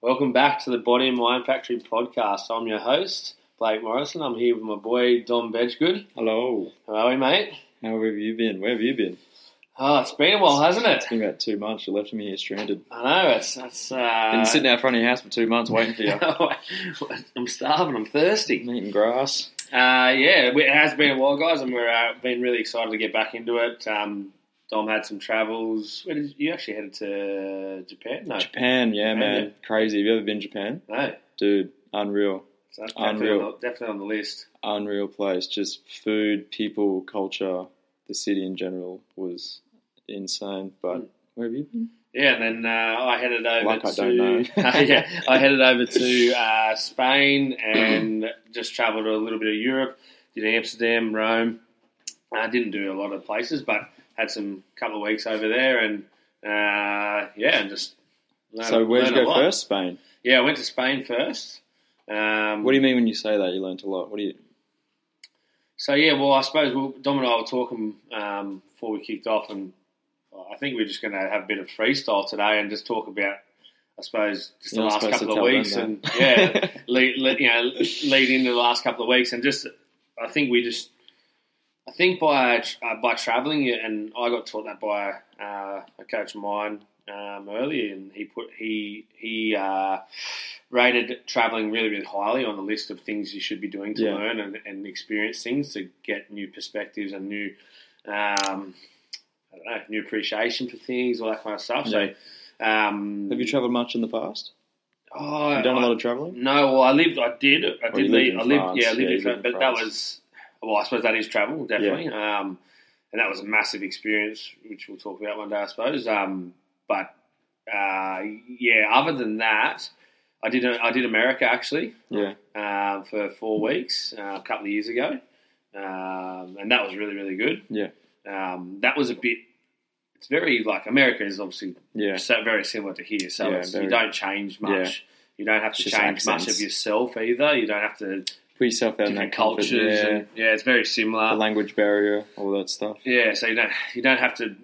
Welcome back to the Body and Mind Factory podcast. I'm your host, Blake Morrison. I'm here with my boy, Don Bedgood. Hello. How are we, mate? How have you been? Where have you been? Oh, it's been a while, hasn't it? It's been about two months. You left me here stranded. I know, it's. it's uh... Been sitting out front of your house for two months waiting for you. I'm starving, I'm thirsty. Been Eating grass. Uh, yeah, it has been a while, guys, and we're uh, been really excited to get back into it. Um, Dom had some travels. Where did you actually headed to Japan? No, Japan, yeah, Japan, man. Crazy. Have you ever been to Japan? no, Dude, unreal. so that's definitely, Unreal. on the, definitely on the list. Unreal place. Just food, people, culture, the city in general was insane. Hmm. But where have you been? Yeah, and then uh, I headed over Like I to uh, don't know. yeah, I headed over to uh, Spain and just travelled a little bit of Europe. Did Amsterdam, Rome. I didn't do a lot of places, but had some couple of weeks over there, and uh, yeah, and just learned- so where'd you learned a go lot. first? Spain. Yeah, I went to Spain first. Um, What do you mean when you say that? You learnt a lot. What do you? So yeah, well, I suppose we'll, Dom and I were talking um, before we kicked off, and I think we're just going to have a bit of freestyle today and just talk about, I suppose, just the You're not last couple supposed to of tell them weeks, that. and yeah, lead, lead, you know, lead into the last couple of weeks, and just I think we just, I think by uh, by traveling, and I got taught that by uh, a coach of mine um, earlier, and he put he he. Uh, rated traveling really, really highly on the list of things you should be doing to Yeah. learn and, and experience things to get new perspectives and new, um, I don't know, new appreciation for things, all that kind of stuff. So, um, Have you travelled much in the past? oh, You done a I- lot of travelling? No, well, I lived, I did, I Oh, did you lived leave, in I lived, France. yeah, I lived Yeah, in you France, lived but in that France. was, well, I suppose that is travel, definitely. Um, and that was a massive experience, which we'll talk about one day, I suppose. Um, but uh, yeah, other than that, I did, uh, I did America actually Yeah. um, for four weeks uh, a couple of years ago, um, and that was really really good. Yeah. um, that was a bit. It's very like America is obviously Yeah. so very similar to here, so Yeah, it's, very- you don't change much. You don't have to It's just change much accents. of yourself either. You don't have to Put yourself out in different that comfort. cultures. Yeah. Yeah. And, yeah, it's very The similar. language barrier, all that stuff. yeah, so you don't you don't have to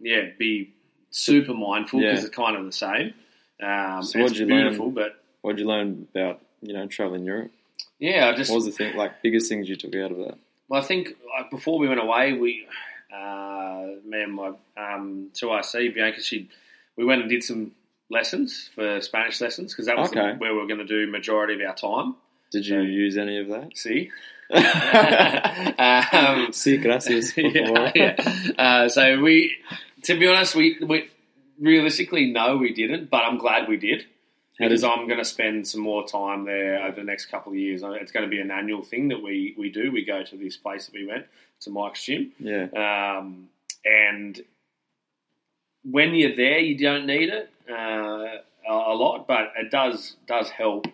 yeah be super mindful because Yeah. they're kind of the same. Um, So it's what'd you learn? beautiful, but What did you learn about you know traveling Europe? yeah, I just What was the thing like biggest things you took out of that? Well, I think like, before we went away, we, uh, me and my um, 2IC, Bianca, she, we went and did some lessons for Spanish lessons because that was the- Okay. where we were going to do majority of our time. Did you use any of that? See? um, sí, gracias. Por yeah, favor. yeah. Uh, so we, to be honest, we, we realistically, no, we didn't, but I'm glad we did. How Because did- I'm going to spend some more time there over the next couple of years. It's going to be an annual thing that we, we do. We go to this place that we went to Mike's gym, yeah, um, and when you're there, you don't need it uh, a a lot, but it does does help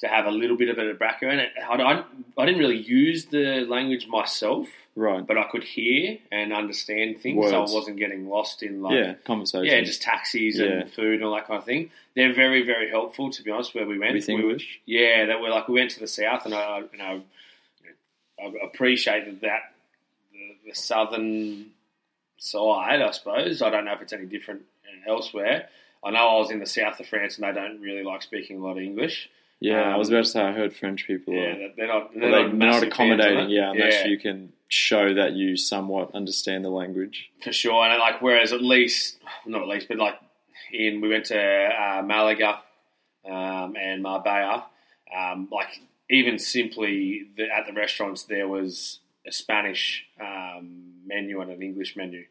to have a little bit of a background. It- I, I, I didn't really use the language myself, right. but I could hear and understand things, so I Words. wasn't getting lost in like yeah, conversation. yeah, just taxis Yeah. and food and all that kind of thing. They're very very helpful to be honest. Where we went, with we were- English. yeah, that we're like we went to the south, and I, I- you know, I appreciated that the, the southern side. I suppose I don't know if it's any different elsewhere. I know I was in the south of France, and they don't really like speaking a lot of English. Yeah, um, I was about to say I heard French people. Yeah, are, that- they're not. They're, well, they, not, are not massive fans of it. accommodating. Yeah, unless you can show that you somewhat understand the language. for sure. And like, whereas at least not at least, but like in we went to uh, Malaga um, and Marbella. Um, like even simply the, at the restaurants, there was a Spanish um, menu and an English menu.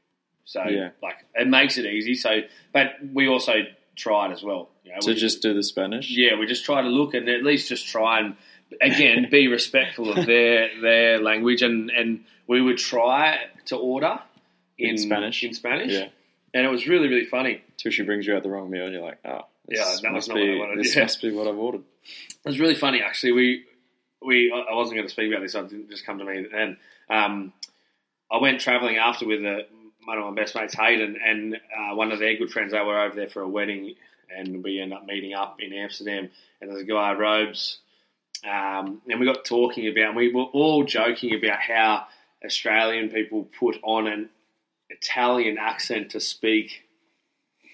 So Yeah. like it makes it easy. So, but we also tried as well. You know, So we- just do the Spanish. yeah, we just try to look and at least just try and again be respectful of their their language and and we would try to order in, In Spanish? in Spanish. Yeah. And it was really really funny. Till she brings you out the wrong meal, and you're like, ah, this Yeah, that was must not what be I wanted, this yeah. must be what I've ordered. It was really funny actually. We we I I wasn't going to speak about this. I didn't just come to me and um, I went traveling after with a, one of my best mates Hayden and uh, one of their good friends. They were over there for a wedding and we ended up meeting up in Amsterdam. And there's a guy Robes. um, and we got talking about, and we were all joking about how Australian people put on an Italian accent to speak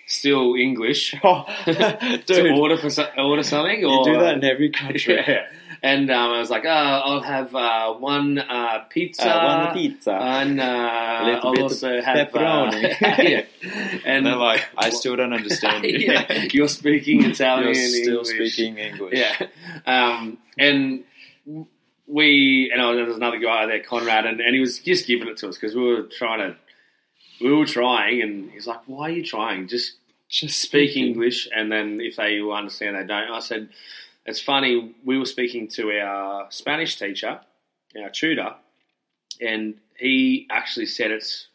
still English Oh, to dude, order for so- order something. you Or, do that in every country. yeah. And um, I was like, oh, I'll have uh, one uh, pizza. Uh, one pizza. And uh, Little I'll bit also have uh, pepperoni. yeah. and And they're like, I still don't understand you. yeah, you're speaking Italian. You're still English. speaking English. Yeah. Um, and we, and I was, there was another guy there, Conrad, and, and he was just giving it to us because we were trying to, we were trying, and he's like, why are you trying? Just Just speak English, and then if they understand, they don't. I said, it's funny, we were speaking to our Spanish teacher, our tutor, and he actually said it's,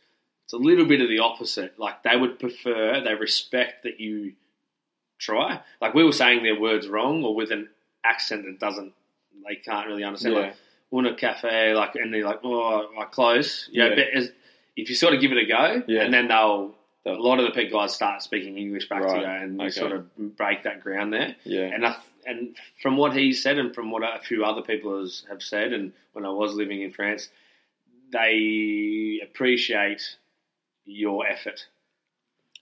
it's a little bit of the opposite. Like, they would prefer, they respect that you try. Like, we were saying their words wrong or with an accent that doesn't, they can't really understand. Like, Yeah. una cafe, like, and they're like, oh, like close. You know, Yeah. but as, if you sort of give it a go, Yeah. and then they'll, They'll- a lot of the pig guys start speaking English back to Right, you, and we okay. sort of break that ground there. Yeah. And I, and from what he said, and from what a few other people has, have said, and when I was living in France, they appreciate your effort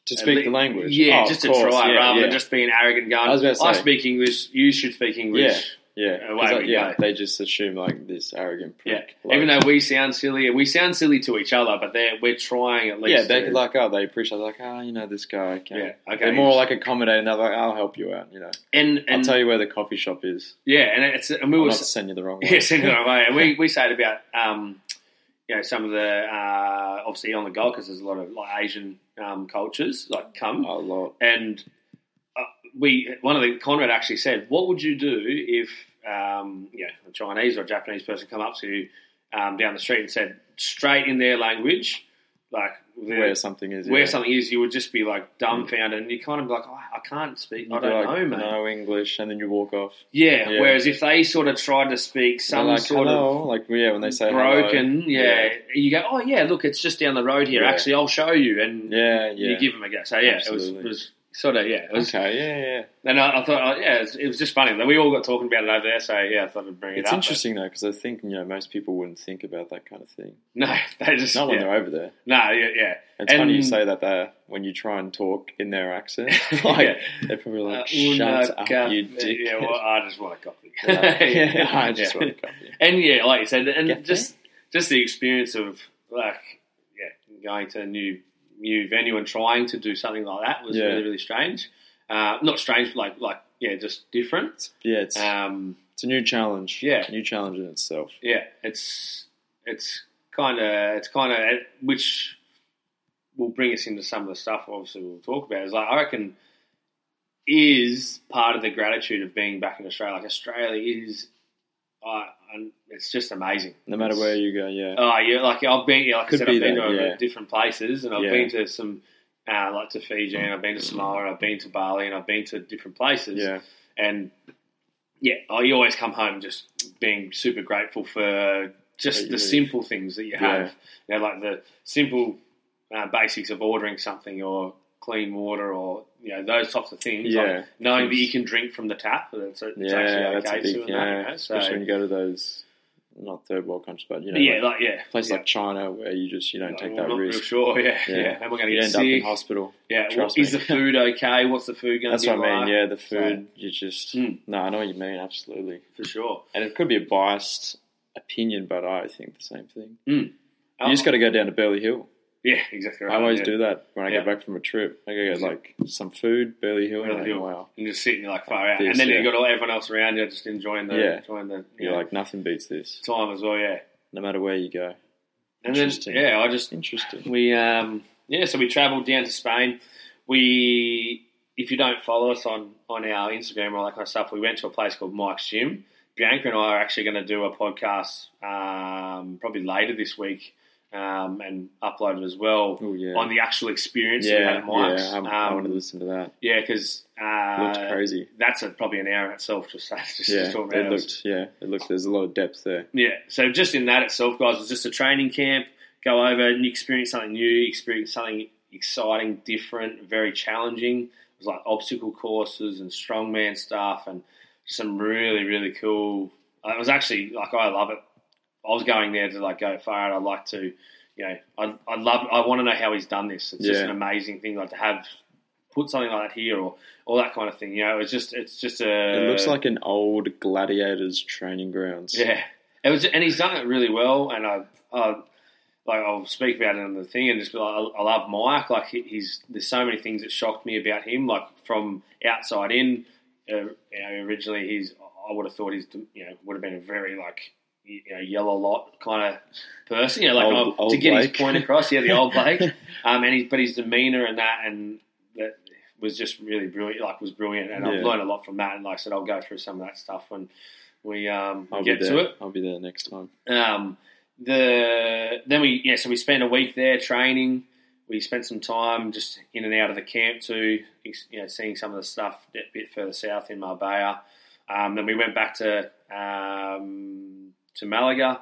To speak At the le- language. Yeah, Oh, just to of course. try Yeah, rather than yeah. just being arrogant. Going, I I, was about to say- speak English, you should speak English. Yeah. Yeah, 'cause, Away like, we yeah, go. they just assume like this arrogant Yeah, prick. like- even though we sound silly, and we sound silly to each other, but they're we're trying at least. yeah, they to- could like oh they appreciate like oh you know this guy. Okay. yeah, okay. They're more like accommodating. They're like I'll help you out. You know, and and I'll tell you where the coffee shop is. yeah, and it's and we I'll were not send you the wrong one. Yeah, send it our way. And we, we say it about, um, you know, some of the, uh, obviously on the Gold Coast, there's a lot of like Asian um, cultures, like a come. lot. And uh, we, one of the, Conrad actually said, what would you do if, um, you know, a Chinese or a Japanese person come up to you um, down the street and said, straight in their language, like, the- Where something is. where yeah. something is, you would just be like dumbfounded, and you kind of be like, oh, I can't speak, You'd I be don't like, know, mate. No English, and then you walk off. Yeah, Yeah. Whereas if they sort of tried to speak They're some like, sort of hello. like yeah, when they say hello. broken. Yeah. Yeah. you go. Oh yeah, look, it's just down the road here. Yeah. Actually, I'll show you, and Yeah, yeah. you give them a go. So yeah, it was, Absolutely. it was sort of yeah. It was, okay, yeah, yeah. And I, I thought oh, yeah, it was, it was just funny. We all got talking about it over there. So yeah, I thought I'd bring it It's up. interesting though because I think you know most people wouldn't think about that kind of thing. but No, they just Not when yeah. they're over there. no, yeah, yeah. It's funny you And- say that there when you try and talk in their accent. Like Yeah. they're probably Uh, like, "Shut una up, caf- you dick." Yeah, well, I just want a coffee. yeah, I just Yeah. want to copy. And yeah, like you said, and Get just just the experience of like yeah, going to a new new venue and trying to do something like that was Yeah. really really strange. Uh, not strange, but like like yeah, just different. Yeah, it's Um, it's a new challenge. yeah. new challenge in itself. yeah, it's it's kind of it's kind of which will bring us into some of the stuff. Obviously, we'll talk about is like I reckon is part of the gratitude of being back in Australia. Like Australia is, I and it's just amazing. No matter It's- where you go, yeah, Oh, yeah, like I've been, yeah, like I Could said, be I've been that, to yeah. different places, and I've Yeah. Mm. been to some, uh, like to Fiji, and I've been to Samoa, and I've been to Bali, and I've been to different places, yeah, and yeah, I you always come home just being super grateful for just That the you- simple things that you Yeah. have, you know, like the simple uh, basics of ordering something or clean water or you know those types of things, like yeah, knowing that Things. you can drink from the tap, that it's, it's yeah. actually That's a okay big to, and that, you yeah, know, so- especially when you go to those not third world countries, but you know, yeah, like, like yeah, places yeah. like China where you just you don't Like, take well, that not real risk. Sure, yeah, Yeah. yeah. Am I going to You get end up in sick? hospital. Yeah, what, trust is me. the food okay? What's the food going That's to be what I mean. like? Yeah, the food. You just Mm. no, I know what you mean. Absolutely, for sure. and it could be a biased opinion, but I think the same thing. Oh, You just got to go down to Burley Hill. yeah, exactly. Right, I always yeah. do that when I Yeah. get back from a trip. I go get like some food, Burley Hill, and I'm Burley like, Hill. wow. And just sitting like far out, This, and then yeah. you got all everyone else around you just enjoying the Yeah. enjoying the you You're know, like nothing beats this, time as well. Yeah, no matter where you go. and then Interesting. yeah, I just Interesting. we um yeah, so we travelled down to Spain. We if you don't follow us on on our Instagram or all that kind of stuff, we went to a place called Mike's Gym. Bianca and I are actually going to do a podcast um, probably later this week um, and upload it as well. Oh yeah, on the actual experience that we had yeah, at Mike's. yeah. I'm, I want to um, listen to that. yeah, because It looked uh, crazy. that's a, probably an hour in itself. Just just, Yeah, just talking about it it. looked. Yeah, it looked. There's a lot of depth there. Yeah, so just in that itself, guys, it's just a training camp. Go over and you experience something new, experience something exciting, different, very challenging. It was like obstacle courses and strongman stuff, and some really really cool. It was actually like I love it. I was going there to like go far, and I'd like to, you know, I I love. I want to know how he's done this. It's just Yeah. an amazing thing, like to have put something like that here or all that kind of thing. You know, it's just it's just a. it looks like an old gladiators training grounds. Uh, yeah. It was, and he's done it really well. And I, I like I'll speak about it in the thing and just be like, I, I love Mike. Like he, he's there's so many things that shocked me about him. Like from outside in, uh, you know, originally he's I would have thought he's you know would have been a very like you know yellow lot kind of person. You know, like Old- oh, old to get Blake. his point across. Yeah, the old Blake. um, and he, but his demeanor and that and that was just really brilliant. Like was brilliant, and Yeah. I've learned a lot from that. And like I said, I'll go through some of that stuff when we um, I'll get be there. to it. I'll be there next time. Um, the then we yeah, so we spent a week there training. We spent some time just in and out of the camp too, ex- you know, seeing some of the stuff a bit further south in Marbella. Um, then we went back to um, to Malaga.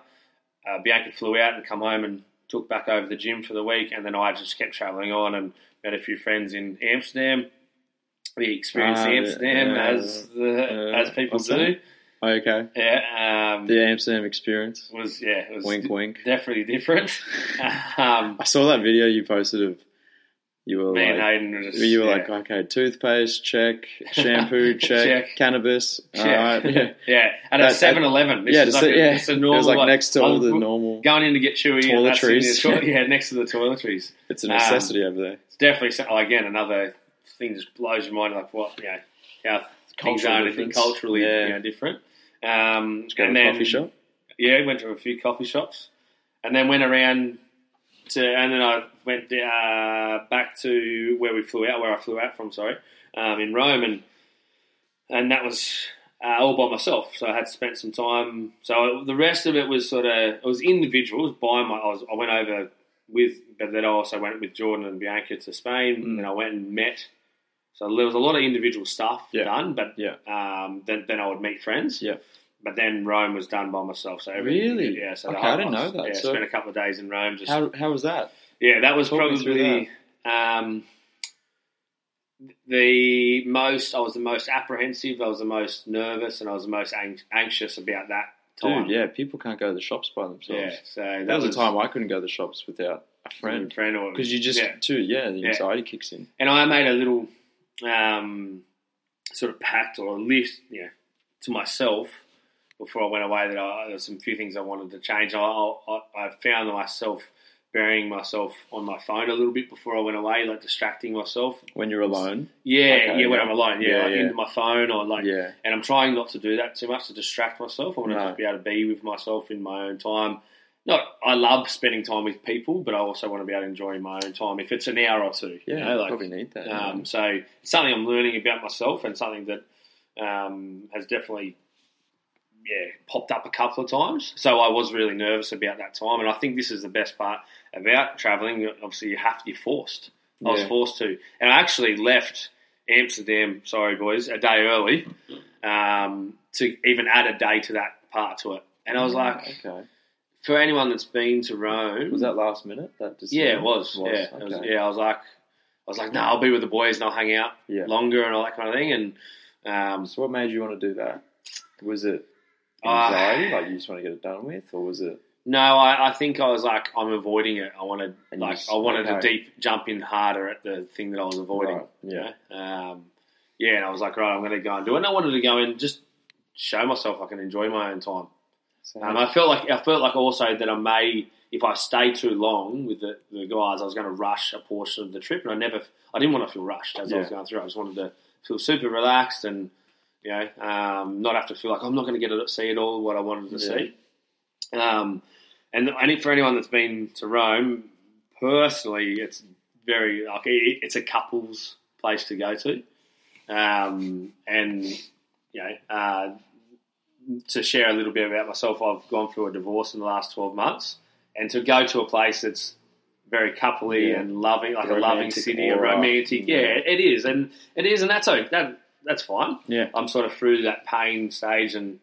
Uh, Bianca flew out and come home and took back over the gym for the week, and then I just kept travelling on and met a few friends in Amsterdam. We experienced Ah, Amsterdam yeah. as the, Uh, as people awesome. do. Oh, okay. Yeah, um, The Amsterdam experience. was yeah, it was Wink, wink. definitely different. um, I saw that video you posted of you were me and like, Hayden were just you were yeah, like, oh, okay, toothpaste check, shampoo check, Check. cannabis. check. All right, yeah. yeah, at That- a that- 7-Eleven. This yeah, is just- like a, yeah. It's a It normal, was like, next to all the I'm normal. going in to get chewy and that's in Toiletries. the toilet- yeah, next to the toiletries. It's a um, necessity over there. It's definitely so- like, again another thing just blows your mind. Like what you know, how things cultural are different, difference. culturally Yeah. you know, different. Um, Just go to and a then coffee shop. yeah, went to a few coffee shops, and then went around to, and then I went uh, back to where we flew out, where I flew out from, sorry, um, in Rome, and and that was uh, all by myself. So I had spent some time. So the rest of it was sort of it was individual. It was by my. I, was, I went over with, but then I also went with Jordan and Bianca to Spain, Mm. and I went and met. So there was a lot of individual stuff Yeah. done, but Yeah. um, then, then I would meet friends. Yeah. But then Rome was done by myself. So everything- Really? yeah. So the Okay, whole- I didn't know that. Yeah, So- spent a couple of days in Rome. Just How how was that? yeah, that was Talk me through probably um, the most. I was the most apprehensive. I was the most nervous, and I was the most ang- anxious about that time. Dude, yeah, people can't go to the shops by themselves. Yeah, So that, Mm. That was a time I couldn't go to the shops without a friend friend or- because you just yeah. too yeah the Yeah. anxiety kicks in. and I made a little um, sort of pact or a list, you know, to myself before I went away that I, there was some few things I wanted to change. I, I, I found myself burying myself on my phone a little bit before I went away, like distracting myself. When you're alone, Yeah, Okay, yeah, when yeah. I'm alone, yeah, Yeah, like yeah. into my phone or like, yeah, and I'm trying not to do that too much to distract myself. I want to No. just be able to be with myself in my own time. Not, I love spending time with people, but I also want to be able to enjoy my own time. If it's an hour or two, yeah, you know, like, probably need that. um, so it's something I'm learning about myself and something that um, has definitely yeah popped up a couple of times. So I was really nervous about that time, and I think this is the best part about traveling. Obviously, you have to. You're forced. I was Yeah. forced to, and I actually left Amsterdam. Sorry, boys, a day early um, to even add a day to that part to it. And I was like, okay, for anyone that's been to Rome, Mm. was that last minute? That decision? yeah, it was. Yeah, it was- okay. yeah. I was like, I was like, no, I'll be with the boys and I'll hang out Yeah. longer and all that kind of thing. And um, So what made you want to do that? Was it Uh, anxiety, like you just want to get it done with, or was it? no, I, I think I was like, I'm avoiding it. I wanted And you like just- I wanted to okay. deep jump in harder at the thing that I was avoiding. Right, yeah, you know? Um, yeah, and I was like, right, I'm going to go and do it. And I wanted to go and just show myself I can enjoy my own time. so, Um, I felt like I felt like also that I may, if I stay too long with the, the guys, I was going to rush a portion of the trip, and I never, I didn't want to feel rushed as I was Yeah. going through. I just wanted to feel super relaxed and you know um, not have to feel like I'm not going to get to see it all what I wanted to Yeah. see. Um, and I think for anyone that's been to Rome, personally, it's very like it, it's a couples place to go to, um, and you know. Uh, to share a little bit about myself, I've gone through a divorce in the last 12 months. And to go to a place that's very coupley Yeah. and loving, like a loving Romantic city, a aura. romantic, yeah, Yeah. it is. And it is, and that's okay. That, that's fine. yeah, I'm sort of through that pain stage and,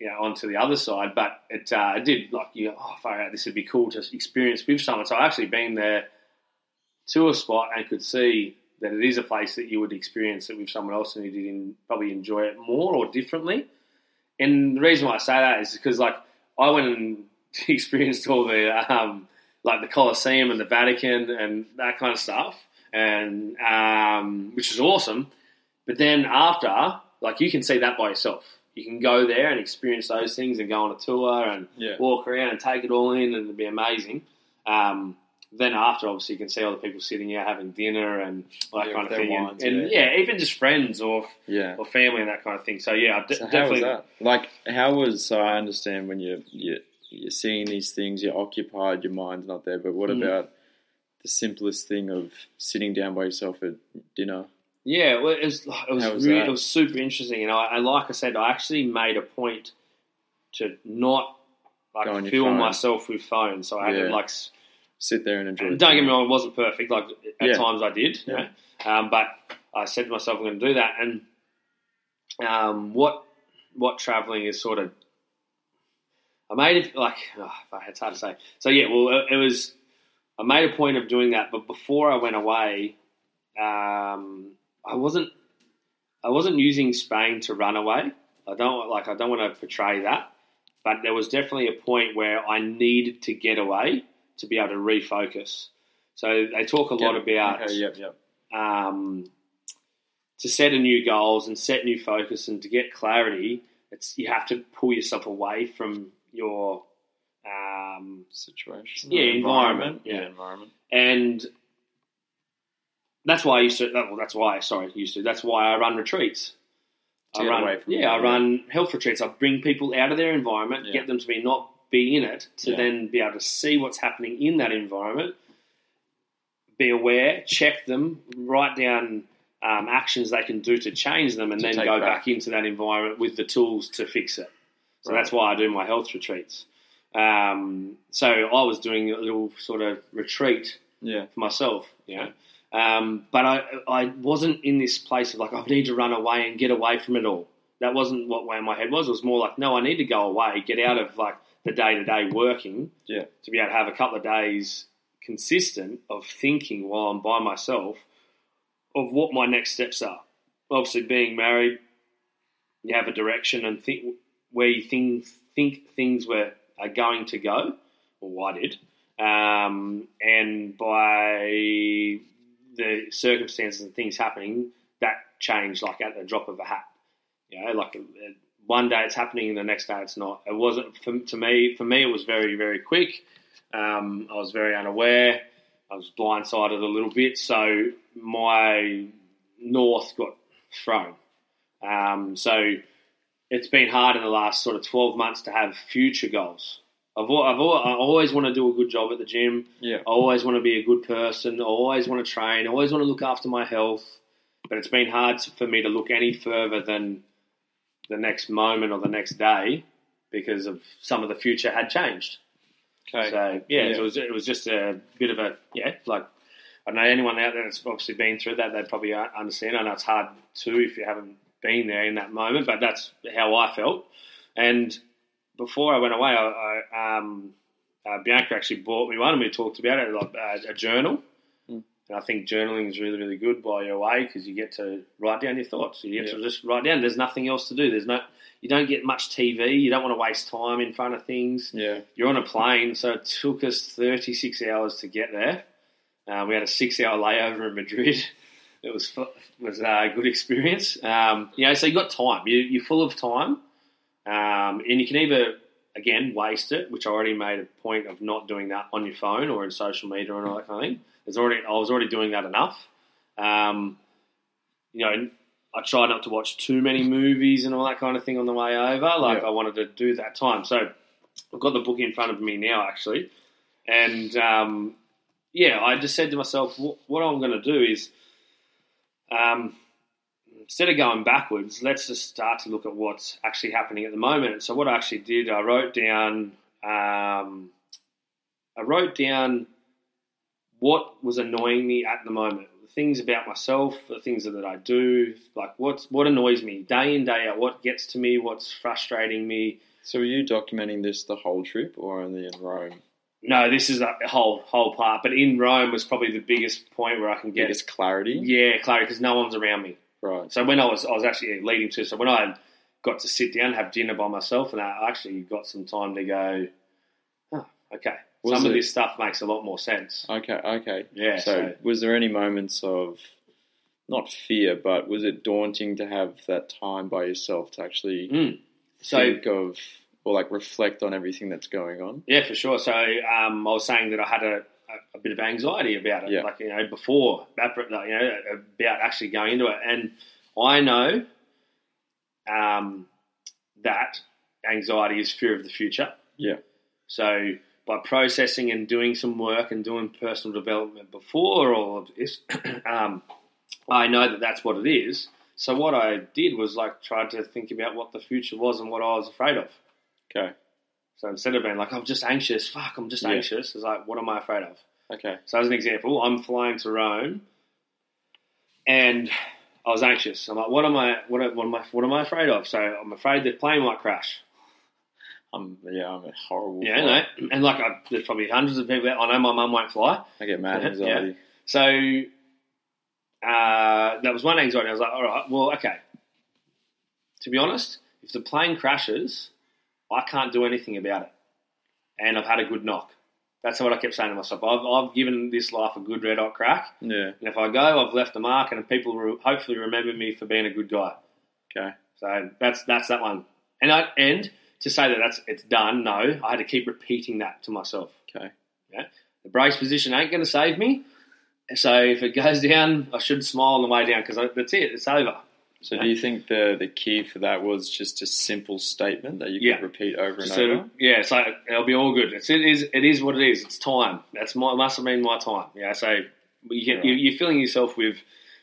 you know, onto the other side. But it, uh, it did, like, you know, oh, far out, this would be cool to experience with someone. So I've actually been there to a spot and could see that it is a place that you would experience it with someone else and you did in, probably enjoy it more or differently. And the reason why I say that is because like I went and experienced all the um, like the Colosseum and the Vatican and that kind of stuff, and um, which is awesome. But then after, like you can see that by yourself. You can go there and experience those things and go on a tour and Yeah. walk around and take it all in, and it'd be amazing. Um, then after, obviously, you can see all the people sitting out having dinner and all that Yeah, kind with of their thing, wines, and, and yeah. even just friends or Yeah. or family and that kind of thing. So yeah, I d- So how definitely. was that? Like, how was? So I understand when you're you're, you're seeing these things, you're occupied, your mind's not there. But what Mm. about the simplest thing of sitting down by yourself at dinner? Yeah, well, it was, it was, How was really, that? it was super interesting, and I, I like I said, I actually made a point to not like Go on your fill phone. myself with phone. So I had Yeah. to like. s- Sit there and enjoy. Don't get me wrong, it wasn't perfect. Like at Yeah. times I did, you Yeah. know? um, but I said to myself, I'm going to do that. And um, what what traveling is sort of, I made it like oh, fuck, it's hard to say. So yeah, well, it, it was. I made a point of doing that, but before I went away, um, I wasn't. I wasn't using Spain to run away. I don't like. I don't want to portray that, but there was definitely a point where I needed to get away to be able to refocus. So they talk a lot about Okay, yep, yep. um, to set a new goals and set new focus and to get clarity, it's you have to pull yourself away from your um, Situation. Yeah, environment, Yeah, yeah. environment. and that's why I used to. uh, Well, that's why. Sorry, used to. That's why I run retreats. To I get run, away from yeah, it, I yeah. run health retreats. I bring people out of their environment, Yeah. get them to be not be in it, to Yeah. then be able to see what's happening in that environment, be aware, check them, write down um, actions they can do to change them, and To then take go back. back into that environment with the tools to fix it. So Right. that's why I do my health retreats. Um, so I was doing a little sort of retreat Yeah, for myself, you know. Um, but I, I wasn't in this place of like, I need to run away and get away from it all. That wasn't what way my head was. It was more like, no, I need to go away, get out of like the day to day working yeah, to be able to have a couple of days consistent of thinking while I'm by myself of what my next steps are. Obviously, being married, you have a direction and think where you think think things were are going to go, or I did. Um, and by the circumstances and things happening, that changed like at the drop of a hat. You know, like uh, one day it's happening and the next day it's not. It wasn't for, to me. For me, it was very very quick. Um, I was very unaware. I was blindsided a little bit, so my north got thrown. Um, so it's been hard in the last sort of twelve months to have future goals. I've, al- I've al- I always want to do a good job at the gym. yeah. I always want to be a good person. I always want to train. I always want to look after my health. But it's been hard to- for me to look any further than the next moment or the next day because of some of the future had changed. Okay. So yeah, Yeah. it was it was just a bit of a yeah. Like I know anyone out there that's obviously been through that, they probably un- understand. I know it's hard too if you haven't been there in that moment, but that's how I felt. And before I went away, I, I um, uh, Bianca actually bought me one, and we talked about it, like uh, a journal. Mm. And I think journaling is really, really good while you're away because you get to write down your thoughts. You get Yeah. to just write down. There's nothing else to do. There's no. You don't get much TV. You don't want to waste time in front of things yeah, you're on a plane, so it took us 36 hours to get there. Uh, we had a six-hour layover in Madrid. It was fu- was uh, a good experience. Um, you know, so you got time. You, you're full of time, um, and you can either again waste it, which I already made a point of not doing that on your phone or in social media and all that kind of thing. It's already I was already doing that enough. Um, you know, I tried not to watch too many movies and all that kind of thing on the way over. Like Yeah. I wanted to do that time. So I've got the book in front of me now, actually, and um, yeah, I just said to myself, what, what I'm going to do is, um, instead of going backwards, let's just start to look at what's actually happening at the moment. So what I actually did, I wrote down, um, I wrote down what was annoying me at the moment. The things about myself, the things that I do, like what's what annoys me day in day out, what gets to me, what's frustrating me. So, were you documenting this the whole trip or only in Rome? No, this is a whole whole part. But in Rome was probably the biggest point where I can get Biggest clarity, yeah, Clary, because no one's around me. right? So when I was, I was actually leading to. So when I got to sit down, have dinner by myself, and I actually got some time to go. Oh, okay, Was Some of it- this stuff makes a lot more sense. Okay, okay. Yeah, So, so- was there any moments of not fear, but was it daunting to have that time by yourself to actually Mm. So think of or like reflect on everything that's going on? Yeah, for sure. So um, I was saying that I had a, a, a bit of anxiety about it, Yeah. like you know, before about you know about actually going into it, and I know um, that anxiety is fear of the future. Yeah. So by processing and doing some work and doing personal development before all of this, um, I know that that's what it is. So what I did was like try to think about what the future was and what I was afraid of. Okay, So instead of being like, I'm just anxious, fuck, I'm just Yeah. anxious, it's like, what am I afraid of? okay, So as an example, I'm flying to Rome, and I was anxious. I'm like, what am I? What, am- what am I? What am I afraid of? So I'm afraid the plane might crash. I'm yeah, I'm a horrible. Yeah, guy. no, and like I, there's probably hundreds of people. That, I know my mum won't fly, I get mad Yeah. anxiety. so uh, that was one anxiety. I was like, all right, well, okay. To be honest, if the plane crashes, I can't do anything about it, and I've had a good knock. That's what I kept saying to myself. I've, I've given this life a good red hot crack. Yeah. And if I go, I've left a mark, and people will hopefully remember me for being a good guy. Okay. So that's that's that one. And I and to say that that's it's done. No, I had to keep repeating that to myself. Okay. Yeah, the brace position ain't going to save me. So if it goes down, I should smile on the way down because that's it. It's over. So, Yeah. do you think the the key for that was just a simple statement that you Yeah. could repeat over and So over? yeah, so it'll be all good. It's, it is it is what it is. It's time. That's my must have been my time. Yeah. So you get, you, you're filling yourself with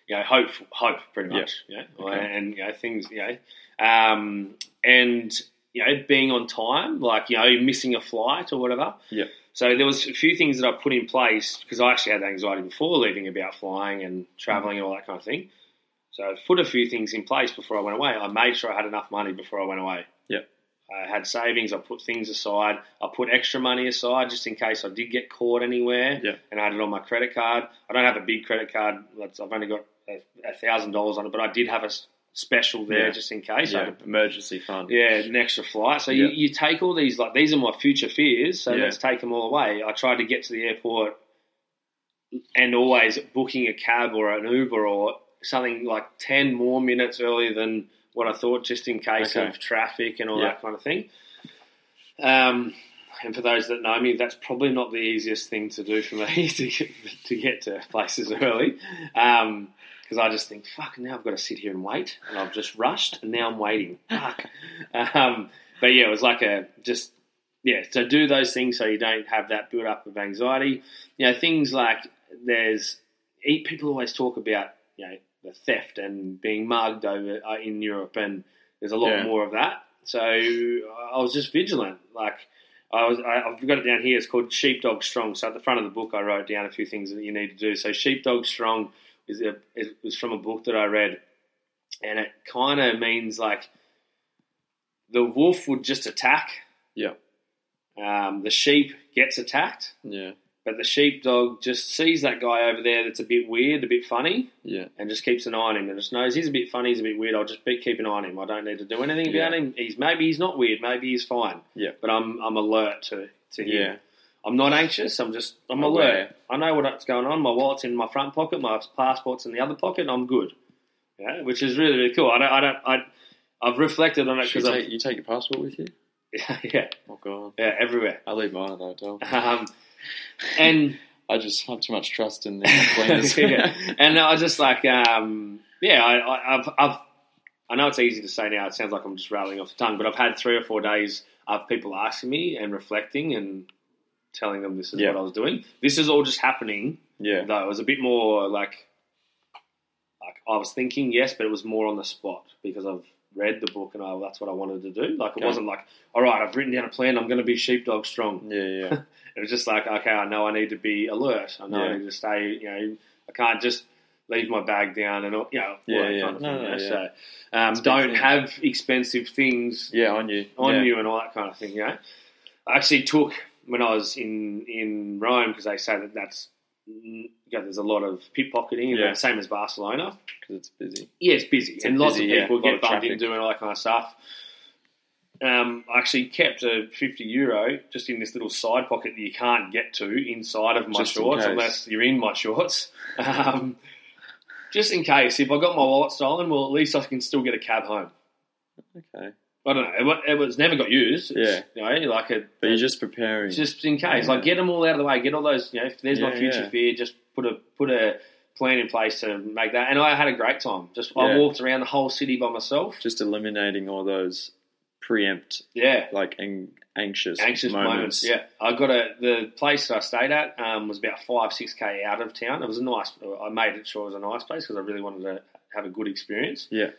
you know hope hope pretty Yeah. much. Yeah. Okay. And you know things you know, um, and you know being on time, like you know missing a flight or whatever. Yeah. So there was a few things that I put in place because I actually had anxiety before leaving about flying and traveling and all that kind of thing. So I put a few things in place before I went away. I made sure I had enough money before I went away. Yep. I had savings. I put things aside. I put extra money aside just in case I did get caught anywhere. Yep. And I had it on my credit card. I don't have a big credit card. That's- I've only got a thousand dollars on it, but I did have a s- special there Yeah. just in case. I Yeah, could emergency fund. yeah, an extra flight. So Yeah. you, you take all these like these are my future fears. So Yeah. let's take them all away. I tried to get to the airport and always booking a cab or an Uber or something like ten more minutes earlier than what I thought, just in case Okay. of traffic and all Yeah. that kind of thing. Um, and for those that know me, that's probably not the easiest thing to do for me to get, to get to places early. Um, because I just think, fuck, now I've got to sit here and wait, and I've just rushed, and now I'm waiting. Fuck. Um, but yeah, it was like a just yeah. So do those things so you don't have that build up of anxiety. You know, things like there's e- people always talk about you know the theft and being mugged over uh, in Europe, and there's a lot Yeah. more of that. So I was just vigilant, like. I was, I, I've got it down here. It's called Sheepdog Strong. So at the front of the book, I wrote down a few things that you need to do. So Sheepdog Strong is a, it was from a book that I read, and it kind of means like the wolf would just attack. Yeah. Um, the sheep gets attacked, Yeah. but the sheepdog just sees that guy over there that's a bit weird, a bit funny, Yeah. and just keeps an eye on him and just knows he's a bit funny, he's a bit weird. I'll just be, keep an eye on him. I don't need to do anything about Yeah. him. He's maybe he's not weird, maybe he's fine. Yeah. But I'm I'm alert to to him. Yeah. I'm not anxious. I'm just I'm Aware. alert. I know what's going on. My wallet's in my front pocket. My passport's in the other pocket. I'm good. Yeah, which is really really cool. I don't I don't I I've reflected on it You because take, you take your passport with you? yeah Oh god. yeah everywhere. I leave mine at the hotel. Um, and I just have too much trust in the cleaners. Yeah. and I was just like, um, yeah, I, I, I've, I've, I know it's easy to say now. It sounds like I'm just rattling off the tongue, but I've had three or four days of people asking me and reflecting and telling them this is Yeah. what I was doing. This is all just happening yeah. though. It was a bit more like, like I was thinking yes, but it was more on the spot because I've read the book and I, that's what I wanted to do. Like it Okay. wasn't like, all right, I've written down a plan. I'm going to be sheepdog strong. Yeah, yeah. It was just like, okay, I know I need to be alert. I know Yeah. I need to stay. You know, I can't just leave my bag down and all, you know, all Yeah, that yeah. kind of No, thing. no, you know, yeah. So, um, don't thing. have expensive things Yeah, on you. on yeah. you and all that kind of thing. You know, I actually took when I was in in Rome because they say that that's you know, there's a lot of pickpocketing, Yeah. yeah. same as Barcelona. Because it's busy. Yeah, it's busy, It's and lots busy, of yeah. people A lot get of bumped traffic. into and all that kind of stuff. um, I actually kept a 50 euro just in this little side pocket that you can't get to inside of my Just in shorts case. unless you're in my shorts. Um, just in case, if I got my wallet stolen, well, at least I can still get a cab home. Okay. I don't know. It, wa- it was never got used. It's, You know, like a, But you're just preparing. just in case, Yeah. like get them all out of the way. Get all those. You know, if there's my Yeah, future yeah. fear, just put a put a plan in place to make that. And I had a great time. Just I Yeah. walked around the whole city by myself. just eliminating all those preempt Yeah, like ang- anxious anxious moments. Yeah, I got a the place that I stayed at um, was about five six k out of town. It was a nice. I made it sure it was a nice place because I really wanted to have a good experience. Yeah.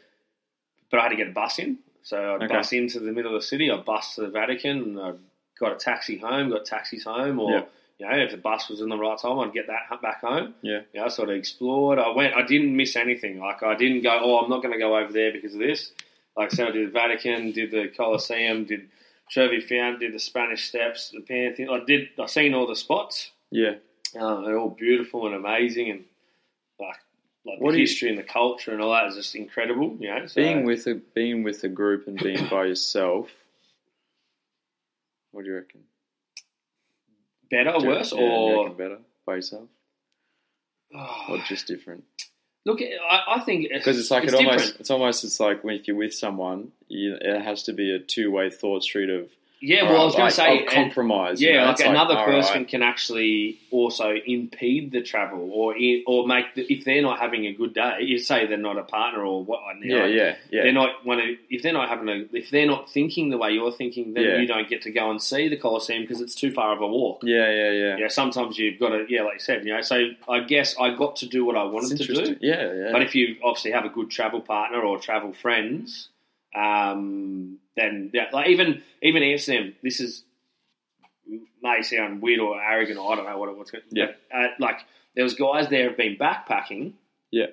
but I had to get a bus in. So I would Okay. bus into the middle of the city. I bus to the Vatican. And I got a taxi home. Got taxis home, or Yeah. you know, if the bus was in the right time, I'd get that h- back home. Yeah. you know, I sort of explored. I went. I didn't miss anything. Like I didn't go. Oh, I'm not going to go over there because of this. Like I said, I did the Vatican, did the Colosseum, did Trevi Fountain, did the Spanish Steps, the Pantheon. I did. I seen all the spots. Yeah. Um, they're all beautiful and amazing, and like like What the do you- history and the culture and all that is just incredible. You know, so, Being with a being with a group and being by yourself. What do you reckon? better, Do you- worse, yeah, do you or reckon better by yourself, or just different? look, I, I think Because it's like it's it almost different. it's almost it's like when if you're with someone, you, it has to be a two way thought street of Yeah, well, I was going like, to say, of and- compromise. you yeah, know, like it's another all person right, can actually also impede the travel, or in, or make the, if they're not having a good day, you say they're not a partner or what. You know, Yeah, yeah, yeah, They're not one of, if they're not having a if they're not thinking the way you're thinking, then Yeah. you don't get to go and see the Colosseum because it's too far of a walk. yeah, yeah, yeah. Yeah, sometimes you've got to yeah, like you said, you know. So I guess I got to do what I It's wanted to do. interesting. Yeah, yeah. But if you obviously have a good travel partner or travel friends, um, then yeah, like even even Amsterdam, this is may sound weird or arrogant. Or I don't know what it was. Yeah. uh, like there was guys there have been backpacking. Yeah.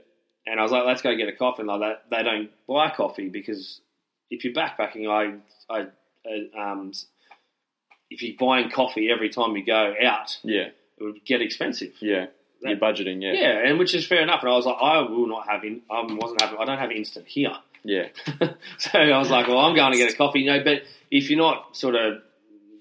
and I was like, let's go get a coffee. And like that, they don't buy coffee because if you're backpacking, I I uh, um, if you're buying coffee every time you go out, yeah, it would get expensive. yeah, you're budgeting. Yeah, Yeah, and which is fair enough. And I was like, I will not have in. I wasn't having. I don't have instant here. yeah, so I was like, well, I'm going to get a coffee. You know, but if you're not sort of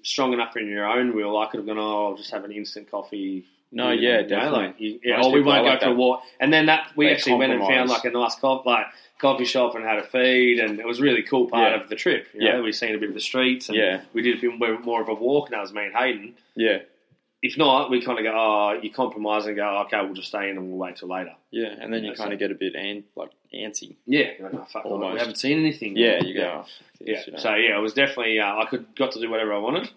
strong enough in your own will, I could have gone. Oh, I'll just have an instant coffee. No, You yeah, know, definitely. Like, you, yeah, Most oh, we people won't are go like for a that. walk. And then that we They actually went and found compromise. like a nice co- like coffee shop and had a feed, and it was a really cool part Yeah. of the trip. You know, Yeah. we seen a bit of the streets, and Yeah. we did a bit more- more of a walk, and that was me and Hayden. yeah, If not, we kind of go, oh, you compromise and go, okay, we'll just stay in and we'll wait till later. yeah. And then you Yeah, kind of get a bit an- like antsy. Yeah, you're like, oh, fuck, Almost. we haven't seen anything. Yeah, you go. "Oh, fuck this," Yeah. you know. So yeah, it was definitely uh, I could got to do whatever I wanted.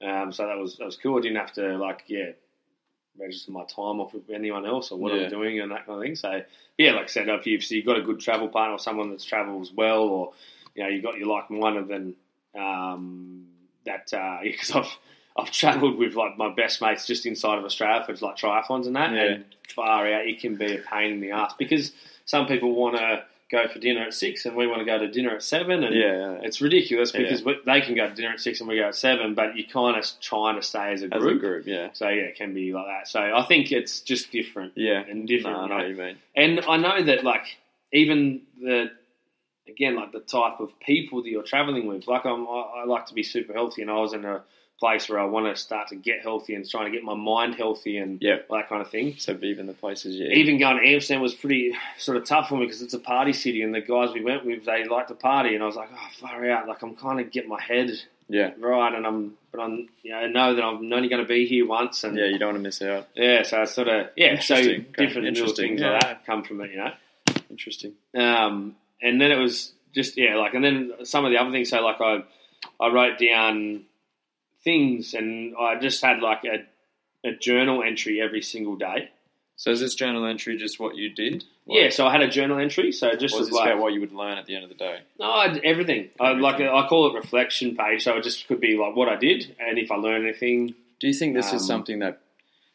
Um, so that was that was cool. I didn't have to like yeah register my time off with anyone else or what Yeah. I'm doing and that kind of thing. So yeah, like I said, if you've, so you've got a good travel partner or someone that travels well, or you know you got your like minded, then um, that because I've I've travelled with like my best mates just inside of Australia for like triathlons and that, Yeah. and far out it can be a pain in the ass because some people want to go for dinner at six and we want to go to dinner at seven and yeah, yeah. it's ridiculous Yeah. because we- they can go to dinner at six and we go at seven, but you're kind of trying to stay as a as group. a group, yeah, So yeah, it can be like that. So I think it's just different yeah. and different. No, I you know know. what you mean. And I know that like even the again like the type of people that you're traveling with. Like I'm, I, I like to be super healthy, and I was in a place where I want to start to get healthy and trying to get my mind healthy and Yeah. all that kind of thing So even the places you even going to Amsterdam was pretty sort of tough for me because it's a party city, and the guys we went with they like to party, and I was like, oh far out, like I'm kind of get my head yeah, right, and I'm but I'm you know I know that I'm only going to be here once, and yeah, yeah, you don't want to miss out. so it's sort of yeah, so Interesting. Okay. different little Interesting. things Yeah. like that come from it, you know. Interesting. Um, and then it was just yeah, like and then some of the other things. So like I, I wrote down things, and I just had like a a journal entry every single day. So is this journal entry just what you did? yeah, so I had a journal entry. So just Or as is this like about what you would learn at the end of the day? No, I, everything. I, like I call it reflection page, so it just could be like what I did and if I learned anything. Do you think this Um, is something that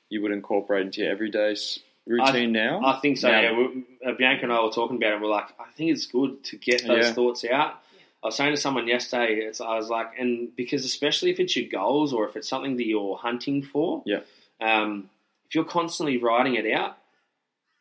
you would incorporate into your everyday s- routine now? I think so. Yeah. Yeah, we, uh, Bianca and I were talking about it. We're like, I think it's good to get those Yeah. thoughts out. I was saying to someone yesterday, it's, I was like, and because especially if it's your goals or if it's something that you're hunting for, Yeah. Um, if you're constantly writing it out,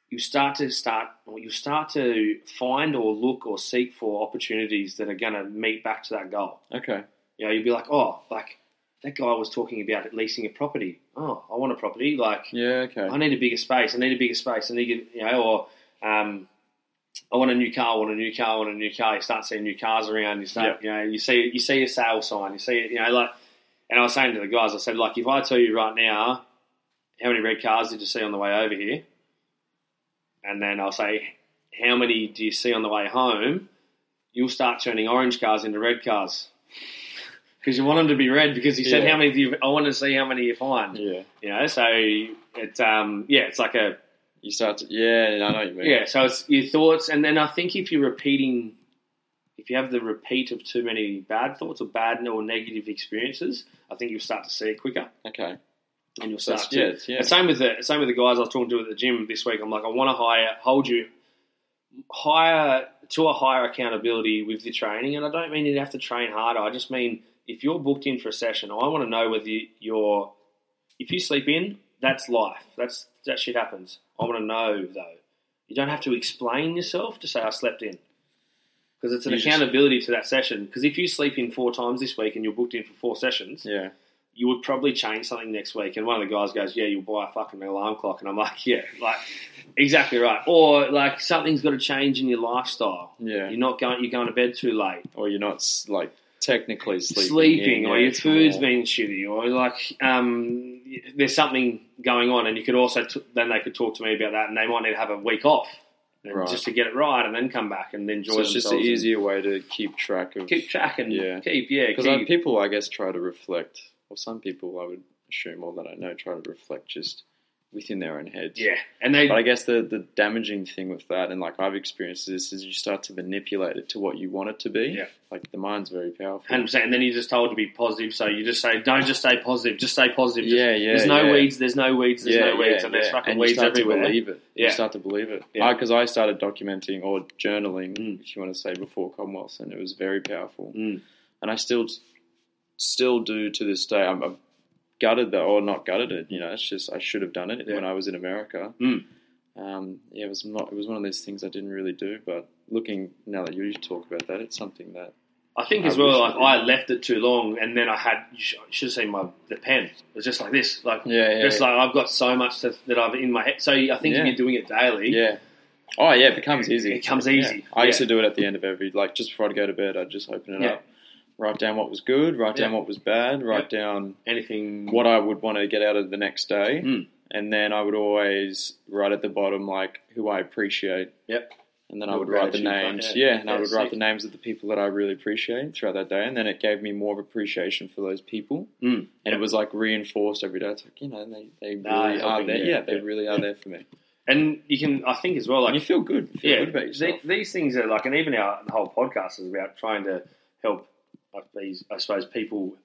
you start to start or you start to find or look or seek for opportunities that are going to meet back to that goal. Okay. You know, you'd be like, oh, like that guy was talking about leasing a property. Oh, I want a property. Like Yeah. Okay. I need a bigger space. I need a bigger space. I need, you know, or um, I want a new car. I want a new car. I want a new car. You start seeing new cars around. You start, you know, you see, you see a sale sign. You see, it, you know, like. And I was saying to the guys, I said, like, if I tell you right now, how many red cars did you see on the way over here? And then I'll say, how many do you see on the way home? You'll start turning orange cars into red cars. Because you want them to be red because you said Yeah. how many do you, I want to see how many you find Yeah. you know. So it's um, yeah, it's like a You start to. Yeah. I know what you mean. yeah. So it's your thoughts, and then I think if you're repeating, if you have the repeat of too many bad thoughts or bad or negative experiences, I think you'll start to see it quicker, Okay. and you'll So start that's, to. yeah. it's- yeah. And same with the same with the guys I was talking to at the gym this week. I'm like, I want to hire, hold you higher to a higher accountability with the training, and I don't mean you have to train harder. I just mean if you're booked in for a session, I want to know whether you- you're if you sleep in, that's life. That's that shit happens. I want to know though. You don't have to explain yourself to say I slept in. Because it's an You just- accountability to that session. Because if you sleep in four times this week and you're booked in for four sessions, Yeah. you would probably change something next week. And one of the guys goes, Yeah, you'll buy a fucking alarm clock. And I'm like, Yeah, like, exactly right. Or like, something's got to change in your lifestyle. Yeah. You're not going, you're going to bed too late, Or you're not s- like technically sleeping. sleeping, in, or yeah, your it's food's more- being shitty, or like, um, there's something going on. And you could also, t- then they could talk to me about that, and they might need to have a week off and Right. just to get it right and then come back and enjoy So it's just an themselves and easier way to keep track of. Keep track and Yeah. keep, yeah, Because keep- like, people, I guess, try to reflect, or some people, I would assume, or that I know, try to reflect just within their own heads. yeah. And they, But I guess the, the damaging thing with that, and like I've experienced this, is you start to manipulate it to what you want it to be. Yeah. Like the mind's very powerful. Hundred percent. And then you're just told to be positive, so you just say, "Don't just stay positive. Just stay positive." Just, yeah, yeah. there's no yeah. weeds. There's no weeds. There's yeah, no weeds, yeah, and there's yeah. fucking And you weeds start everywhere. To believe it. Yeah. You start to believe it. Yeah. Because I started documenting or journaling, Mm. if you want to say, before Commonwealth, and it was very powerful. Mm. And I still, still do to this day. I'm, I'm gutted that, or not gutted it. You know, it's just I should have done it Yeah. when I was in America. Mm. Um, yeah, it was not. It was one of those things I didn't really do. But looking now that you talk about that, it's something that I think I as well, wish like, I did. I left it too long, and then I had you sh- you should have seen my the pen. It was just like this, like yeah, yeah, just like I've got so much that, that I've in my head. So I think Yeah. if you're doing it daily, yeah. Oh yeah, it becomes easy. it comes Yeah. easy. I used Yeah. to do it at the end of every, like just before I'd go to bed, I'd just open it Yeah. up, write down what was good, write down Yeah. what was bad, write down anything. what I would want to get out of the next day, Mm. and then I would always write at the bottom like who I appreciate. Yep. And then I Little would write the gratitude, names, like, yeah. yeah. and I Yeah, would write sick. the names of the people that I really appreciate throughout that day, and then it gave me more of appreciation for those people, Mm. and it was like reinforced every day. It's like you know they, they really They are are helping there, you. yeah, they Yeah. really are there for me. And you can, I think as well, like and you feel good, you feel yeah, good about yourself. the- these things are like, and even our the whole podcast is about trying to help, like these, I suppose, people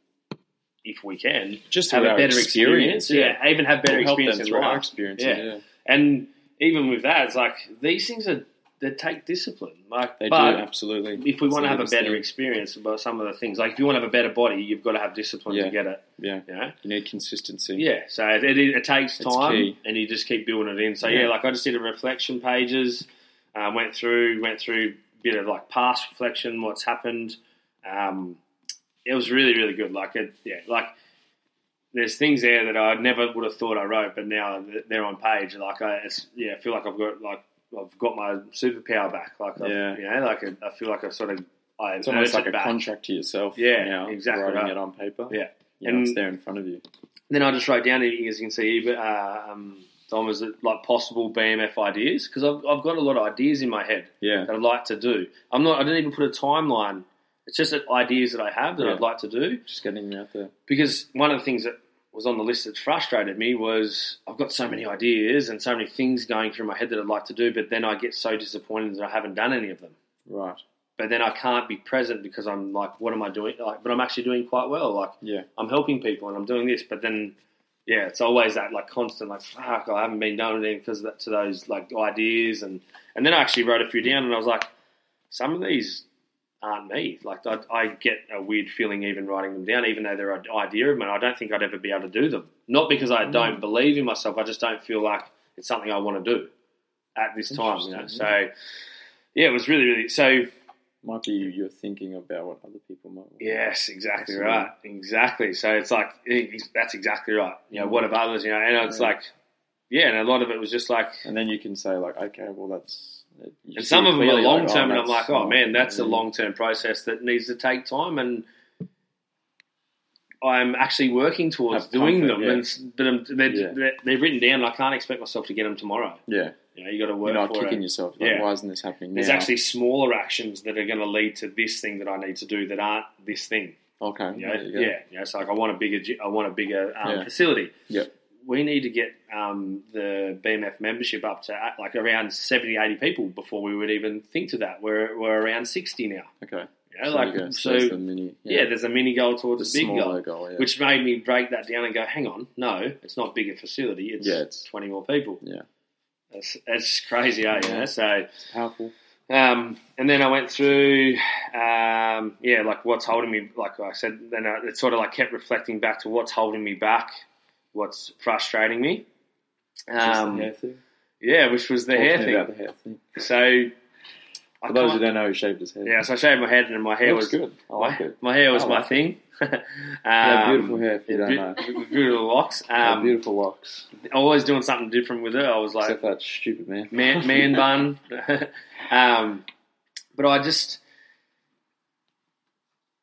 if we can just have through a our better experience. experience, Yeah. even have better We'll help them experience through in our life. experience. Yeah. Yeah. And even with that, it's like these things are they take discipline. Like, they but do absolutely. if we It's want the to have a biggest better thing. experience about some of the things, like if you want to have a better body, you've got to have discipline to Yeah. get it. Yeah, You know. you need consistency. Yeah, so it, it, it takes It's time, key. and you just keep building it in. So yeah, Yeah. like I just did a reflection pages, uh, went through, went through a bit of like past reflection, what's happened. Um, it was really, really good. Like it, yeah, like there's things there that I never would have thought I wrote, but now th- they're on page. Like I, it's, yeah, I feel like I've got like I've got my superpower back. Like I've, Yeah. you know, like I, I feel like I sort of I It's earned almost like it a back. contract to yourself. Yeah, now, exactly Writing right. it on paper. Yeah. You know, it's And- there in front of you. then I just wrote down everything as you can see. But uh, um, Dom, is it like possible BMF ideas? Because I've, I've got a lot of ideas in my head Yeah, that I'd like to do. I'm not. I didn't even put a timeline. It's just that ideas that I have that Yeah. I'd like to do. just getting it out there. Because one of the things that was on the list that frustrated me was I've got so many ideas and so many things going through my head that I'd like to do, but then I get so disappointed that I haven't done any of them. Right. But then I can't be present because I'm like, what am I doing? Like, but I'm actually doing quite well. Like. Yeah. I'm helping people and I'm doing this, but then yeah, it's always that like constant like fuck, I haven't been doing anything because of that, to those like ideas and and then I actually wrote a few down and I was like, some of these aren't me. Like I, I get a weird feeling even writing them down, even though they're an idea of mine. I don't think I'd ever be able to do them. Not because I don't believe in myself, I just don't feel like it's something I want to do. at this time. You know, so yeah, it was really, really. So Might be you're thinking about what other people might want. yes, exactly Absolutely. right, exactly. So it's like it- that's exactly right. You know, what of others? You know, and it's Yeah. like yeah, and a lot of it was just like. And then you can say like, okay, well that's. you see And some of them are clearly, like, long term, oh, and I'm like, that's- oh man, that's a yeah. long term process that needs to take time, and I'm actually working towards Have doing comfort, them. yeah. And s- but I'm, they're, Yeah. they're, they're written down. and I can't expect myself to get them tomorrow. Yeah, You know, you got to work you're not for kicking it. yourself. Like, Yeah. Why isn't this happening now? There's actually smaller actions that are going to lead to this thing that I need to do that aren't this thing. okay. You know? there you go. yeah, you know, it's like I want a bigger, gy- I want a bigger um, Yeah. facility. Yep. We need to get um, the BMF membership up to uh, like around 70, 80 people before we would even think to that. We're, we're around 60 now. Okay. You know, So like, you go. so, there's the mini. yeah. there's a mini goal the towards a big goal, smaller goal. yeah. which made me break that down and go, hang on, no, it's not bigger facility, it's, Yeah, it's- 20 more people. Yeah. That's, that's crazy, eh? you Yeah. know? So, It's powerful. um, and then I went through, um, yeah, like what's holding me. Like I said, then I, it sort of like kept reflecting back to what's holding me back, what's frustrating me. Um, Just the hair thing. yeah, which was the Talk to hair me thing. about the hair thing. So, I For those who can't- don't know, he shaved his head. yeah, so I shaved my head and my hair looks was good. I like my, it. my hair was I my like it. thing. um, Yeah, beautiful hair. If you don't be- know, beautiful locks. Yeah, Um, beautiful locks. always doing something different with it. I was like, Except that stupid man. man, man bun. um, but I just,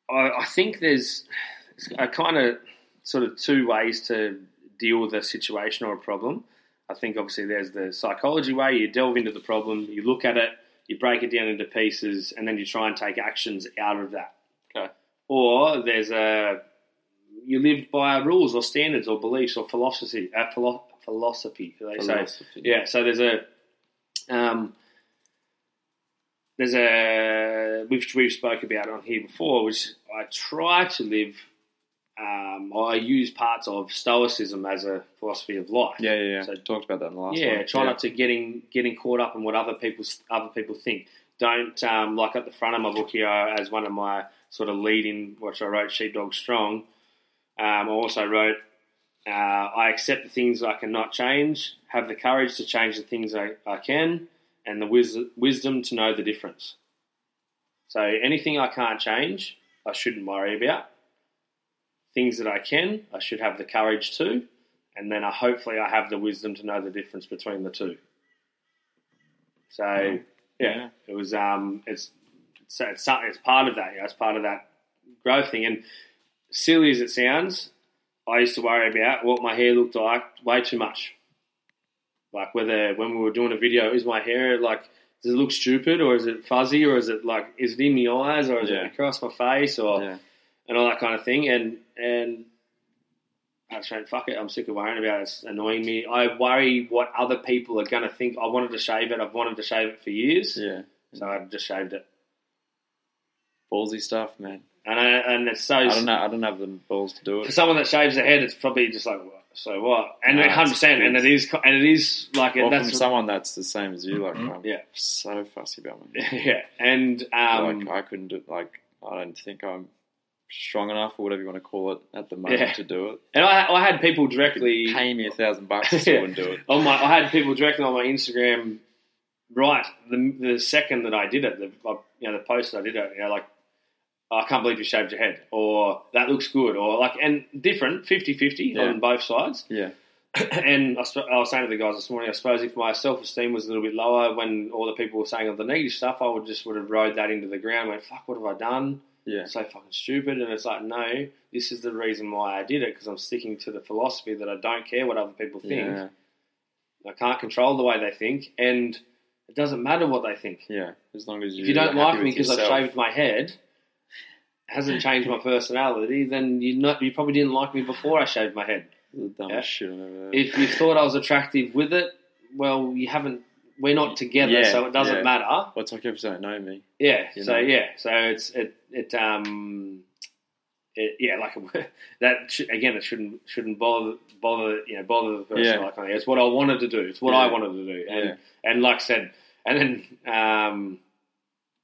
I, I think there's a kind of sort of two ways to deal with a situation or a problem. I think obviously there's the psychology way. You delve into the problem, you look at it, you break it down into pieces, and then you try and take actions out of that. Okay. Or there's a you live by rules or standards or beliefs or philosophy. Uh, philo- philosophy, do they say. Philosophy. Yeah, so there's a um, there's a which we've spoke about on here before, which I try to live. Um, or I use parts of Stoicism as a philosophy of life. Yeah, yeah, yeah. So- So talked about that in the last yeah. one. Try not to getting getting caught up in what other people other people think. Don't um, like at the front of my book here as one of my sort of leading, which I wrote Sheepdog Strong. Um, I also wrote, uh, I accept the things I cannot change, have the courage to change the things I, I can, and the wis- wisdom to know the difference. So anything I can't change, I shouldn't worry about. Things that I can, I should have the courage to, and then I hopefully I have the wisdom to know the difference between the two. So yeah, Yeah. it was um, it's so it's something. It's part of that. Yeah, it's part of that growth thing. And silly as it sounds, I used to worry about what my hair looked like way too much. Like whether when we were doing a video, is my hair like does it look stupid or is it fuzzy or is it like is it in the eyes or is Yeah. it across my face or Yeah. and all that kind of thing. And and I just went, fuck it, I'm sick of worrying about it. It's annoying me. I worry what other people are gonna think. I wanted to shave it. I've wanted to shave it for years, Yeah. so I just shaved it. Ballsy stuff, man. And I, and it's so I don't know. I don't have the balls to do for it. someone that shaves their head, it's probably just like "What? so what, and Nah, one it's- hundred percent, and it is, and it is like Well, from that's Mm-hmm. someone that's the same as you, like I'm Yeah. so fussy about my hair. yeah, and um, like uh, I couldn't do like I don't think I'm strong enough or whatever you want to call it at the moment Yeah. to do it. and I, I had people directly Pay me a thousand bucks, I still wouldn't do it. on my, I had people directly on my Instagram. Right, the the second that I did it, the I- you know the post that I did it, you know, like I can't believe you shaved your head, or that looks good, or like and different 50-50 Yeah. on both sides. Yeah, and I, sp- I was saying to the guys this morning, I suppose if my self esteem was a little bit lower when all the people were saying all the negative stuff, I would just would have rode that into the ground. Went fuck, what have I done? yeah, It's so fucking stupid. And it's like, no, this is the reason why I did it because I'm sticking to the philosophy that I don't care what other people think. yeah, I can't control the way they think, and it doesn't matter what they think. yeah. As long as you If you don't are happy like me with because I've yourself. shaved my head, hasn't changed my personality, then you not you probably didn't like me before I shaved my head. the dumbest Yeah. shit I've ever heard. if you thought I was attractive with it, well, you haven't. We're not together, Yeah, so it doesn't yeah. matter. Well, it's like if you don't know me. Yeah. You so know. yeah. So it's it it um. It, yeah, like that. Sh- again, it shouldn't shouldn't bother bother you know bother the person. Yeah. Like I think it's what I wanted to do. It's what I Yeah. wanted to do. And Yeah. and like I said, and then um,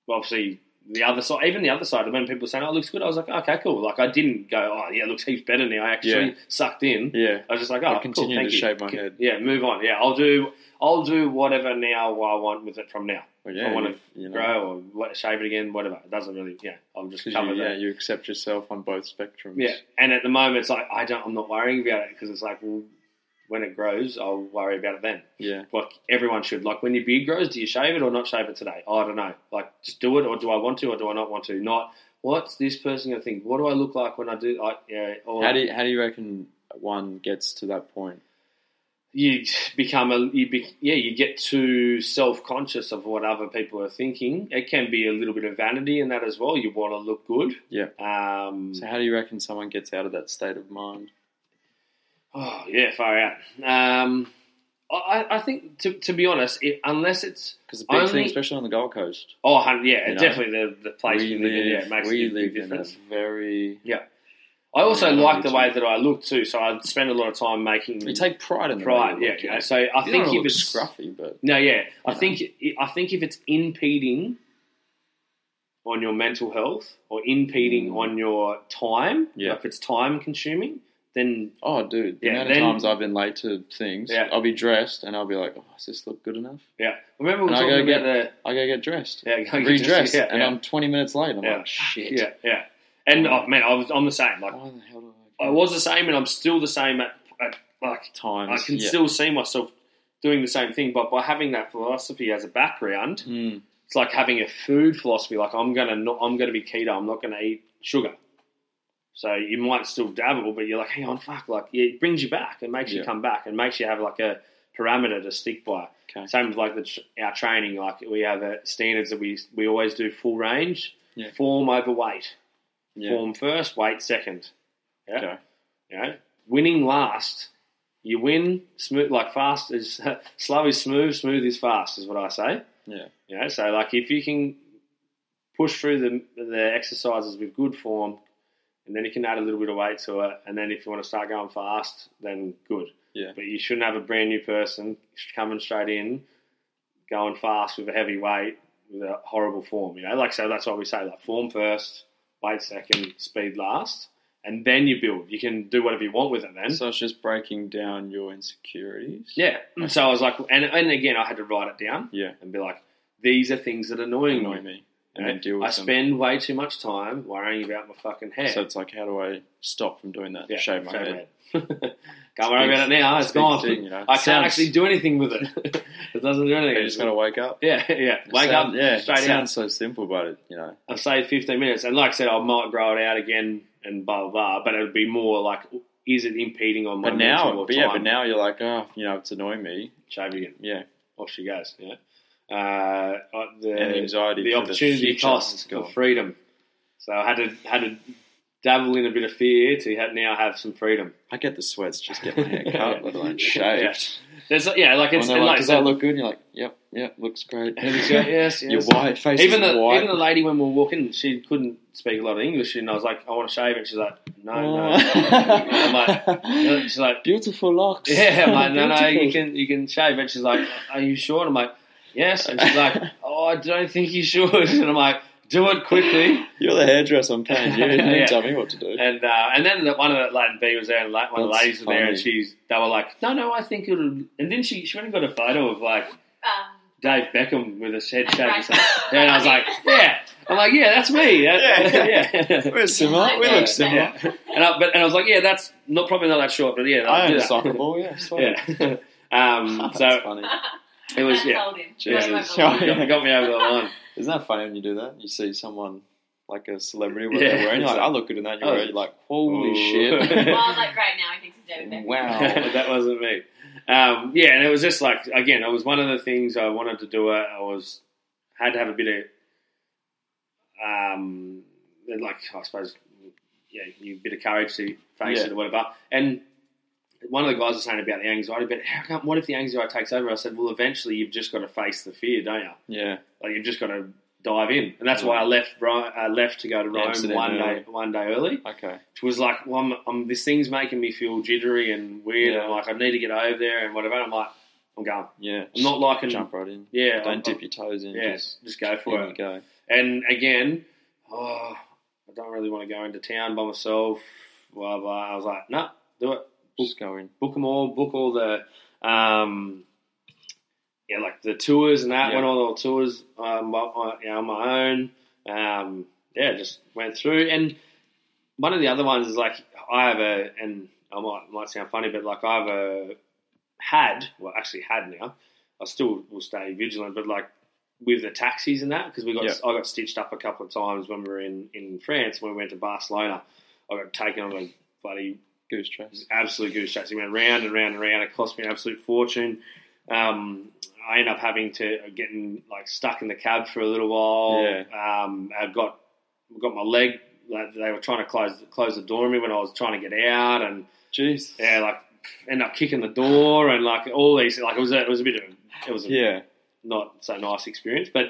well, obviously the other side, even the other side, when people were saying, "Oh, it looks good," I was like, "Okay, cool." Like I didn't go, "Oh, yeah, it looks heaps better now." I actually Yeah. sucked in. Yeah. I was just like, I "Oh, continue cool, thank to you." shave my head. Yeah, move on. Yeah, I'll do. I'll do whatever now I want with it from now. Well, If I want you- to you know, grow or let, shave it again, whatever. It doesn't really. Yeah, I'll just 'cause cover you, that. yeah, you accept yourself on both spectrums. Yeah, and at the moment, it's like I don't. I'm not worrying about it because it's like, well, when it grows, I'll worry about it then. Yeah. Like everyone should. Like when your beard grows, do you shave it or not shave it today? I don't know. Like just do it, or do I want to, or do I not want to? Not what's this person gonna think? What do I look like when I do? Like yeah, or How do you, how do you reckon one gets to that point? you become a you be, yeah you get too self conscious of what other people are thinking. It can be a little bit of vanity in that as well. You want to look good. Yeah. Um, So how do you reckon someone gets out of that state of mind? Oh yeah, far out. Um, I- I, I think to, to be honest, it, unless it's Because the big Only- thing, especially on the Gold Coast, oh hun- yeah, You know, definitely the the place we you live in, yeah, live, it makes a we big, live big in a difference. very. I also Yeah, like the it's- way that I look too, so I spend a lot of time making We take pride in the way pride. you Yeah, look, you you know, know. so I You don't think wanna if look it's scruffy, but no, yeah, I You know. think I think if it's impeding on your mental health or impeding Mm. on your time, Yeah. if it's time consuming, then oh, dude, the Yeah, amount then- of times I've been late to things, Yeah. I'll be dressed and I'll be like, oh, does this look good enough? yeah. Remember we were And I go talking get- about the I go get dressed, yeah, go get dressed, redressed, yeah, and yeah. I'm 20 minutes late. I'm like, shit. Mm. Yeah, yeah. And oh, man, I was, I'm the same. Like Why the hell do I? I was the same, and I'm still the same. At, at like times. I can yeah. still see myself doing the same thing, but by having that philosophy as a background, Mm. it's like having a food philosophy. Like I'm gonna not, I'm gonna be keto. I'm not gonna eat sugar. So you might still dabble, but you're like, hang on, fuck. Like it brings you back. It makes you Yeah. come back. It makes you have like a parameter to stick by. Okay. Same with like the, tr- our training. Like we have uh standards that we we always do full range, Yeah. form over weight. Yeah. Form first, weight second. Yeah. Okay. You know, winning last. You win smooth, like fast is slow is smooth, smooth is fast is what I say. Yeah. You know, so like if you can push through the the exercises with good form, and then you can add a little bit of weight to it, and then if you want to start going fast, then good. Yeah. But you shouldn't have a brand new person coming straight in, going fast with a heavy weight with a horrible form. You know, like so that's why we say like form first, weight second, speed last, and then you build. You can do whatever you want with it then. So it's just breaking down your insecurities. yeah. So I was like, and and again, I had to write it down Yeah. and be like, these are things that are annoying me. Annoy me, and then deal with I them. spend way too much time worrying about my fucking hair. So it's like, how do I stop from doing that? Yeah, shave my head. head. Can't worry about it now. It's it's a big gone. thing, you know. I can't Sounds- actually do anything with it. it doesn't do anything. You just gotta wake up. yeah, yeah. It Wake sound- up, Yeah. it straight out. sounds so simple, but it, you know, I've saved 15 minutes. And like I said, I might grow it out again and blah, blah, blah. But it would be more like, is it impeding on my but mental now, or but yeah, time? but now you're like, oh, you know, it's annoying me. Shave again. Yeah. Off she goes. Yeah. Uh, uh, the, And anxiety. the for opportunity future is cost gone. of freedom. So I had to had to dabble in a bit of fear to ha now have some freedom. I get the sweats just get my hair cut, Yeah. let alone Yeah. shaved. There's yeah, like And it's they're and like, like, does so- that look good? And you're like, yep, yep, looks great. and it's like, yes, yes. Your white face even is the white. even the lady when we were walking, she couldn't speak a lot of English, and I was like, I want to shave it. She's like, no, Oh. no. I'm like, no. she's like, Beautiful locks. yeah, I'm like, no, no, Beautiful. you can you can shave it. She's like, are you sure? And I'm like, yes. And she's like, oh, I don't think you should. And I'm like, do it quickly. You're the hairdresser. I'm paying you. You Yeah. didn't tell me what to do. And uh, and then the, one of the Latin B was there, and la- one of the That's ladies was there, and funny. she's they were like, no, no, I think it'll. And then she she went and got a photo of like Um, Dave Beckham with his head shaved. Right. and stuff. Yeah, and I was like, yeah. I'm like, yeah, that's me. That- yeah. We're similar. We Yeah. look similar. Yeah. And I, but, and I was like, yeah, that's not probably not that short, but yeah, I I'll own do a that. soccer ball. Yeah. Sorry. Yeah. um, That's so funny. it was that yeah. sold him. Jesus. Got It Yeah. him over the line. got, it got me over the line. Isn't that funny when you do that? You see someone like a celebrity what Yeah. they're wearing. You're like, I look good in that. You're Oh. wearing, like, holy Ooh. Well, shit. I was like, great, now he thinks he's David Beckham. wow. that wasn't me. Um, yeah, and it was just like again, it was one of the things I wanted to do. It I was had to have a bit of um, like I suppose yeah, you bit of courage to face Yeah. it or whatever. And one of the guys was saying about the anxiety, but how come? What if the anxiety takes over? I said, well, eventually you've just got to face the fear, don't you? Yeah. Like you've just got to dive in, and that's why I left. Ro- I left to go to Rome Amsterdam one early. day, one day early Okay. which was like, well, I'm, I'm, this thing's making me feel jittery and weird, Yeah. and like I need to get over there and whatever. And I'm like, I'm going. Yeah, I'm not liking. jump right in. Yeah, Don't I'm- dip your toes in. Yeah, Just just go for in it. you go. And again, oh, I don't really want to go into town by myself. Blah blah. I was like, nah, do it. Just go in. Book them all. Book all the, um, yeah, like the tours and that. Yeah. Went on all the tours um, on my- you know, on my own. Um, yeah, just went through. And one of the other ones is like I have a, and I might might sound funny, but like I have a had, well, actually had now. I still will stay vigilant, but like with the taxis and that, because we got Yeah. I got stitched up a couple of times when we were in in France when we went to Barcelona. I got taken on a bloody Goose chase. absolute goose chase. He went round and round and round. It cost me an absolute fortune. Um, I ended up having to getting like stuck in the cab for a little while. Um, I got got my leg. Like, they were trying to close close the door on me when I was trying to get out, and Jeez. yeah, like end up kicking the door and like all these. Like it was a, it was a bit of a, it was a Yeah. not so nice experience, but.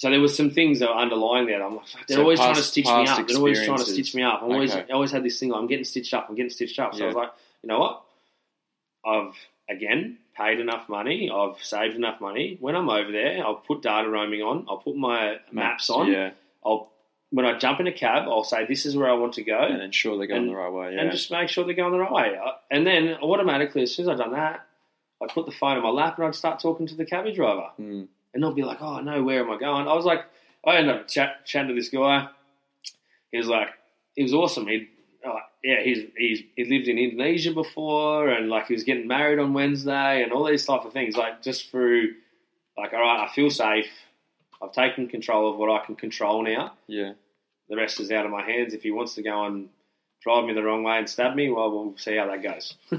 So there was some things that were underlying that. I'm like, fuck, they're So always trying to past- stitch me past up. They're always trying to experiences. stitch me up. I'm always, Okay. I always had this thing. Like, I'm getting stitched up. I'm getting stitched up. So I was Yeah. like, you know what? I've again paid enough money. I've saved enough money. When I'm over there, I'll put data roaming on. I'll put my maps, on. Yeah. I'll when I jump in a cab, I'll say this is where I want to go And ensure they're going And- the right way. Yeah. and just make sure they're going the right way. Uh, And then automatically, as soon as I've done that, I'd put the phone on my lap and I'd start talking to the cabbie driver. Hmm. And I'd be like, oh no, where am I going? I was like, I ended up chat, chatting to this guy. He was like, he was awesome. He, uh, yeah, he's, he's he lived in Indonesia before, and like he was getting married on Wednesday, and all these type of things. Like just through, like, all right, I feel safe. I've taken control of what I can control now yeah. the rest is out of my hands. If he wants to go and drive me the wrong way and stab me, well, we'll see how that goes.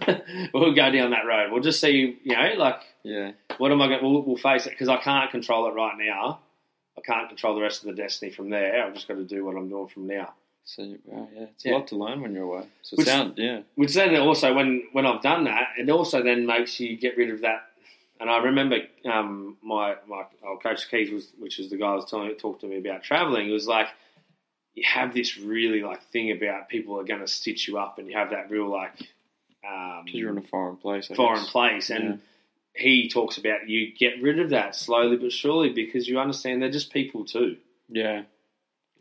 we'll go down that road. We'll just see, you know, like Yeah. what am I going? We'll, we'll face it because I can't control it right now. I can't control the rest of the destiny from there. I've just got to do what I'm doing from now. So wow, yeah, it's Yeah. a lot to learn when you're away. So Which- sound, yeah, Which then also, when when I've done that, it also then makes you get rid of that. And I remember um, my my oh, coach Keith, was, which is the guy who was telling talked to me about traveling, was like, you have this really like thing about people are going to stitch you up, and you have that real like um, because you're in a foreign place. I foreign guess. place. And he talks about you get rid of that slowly but surely because you understand they're just people too. Yeah,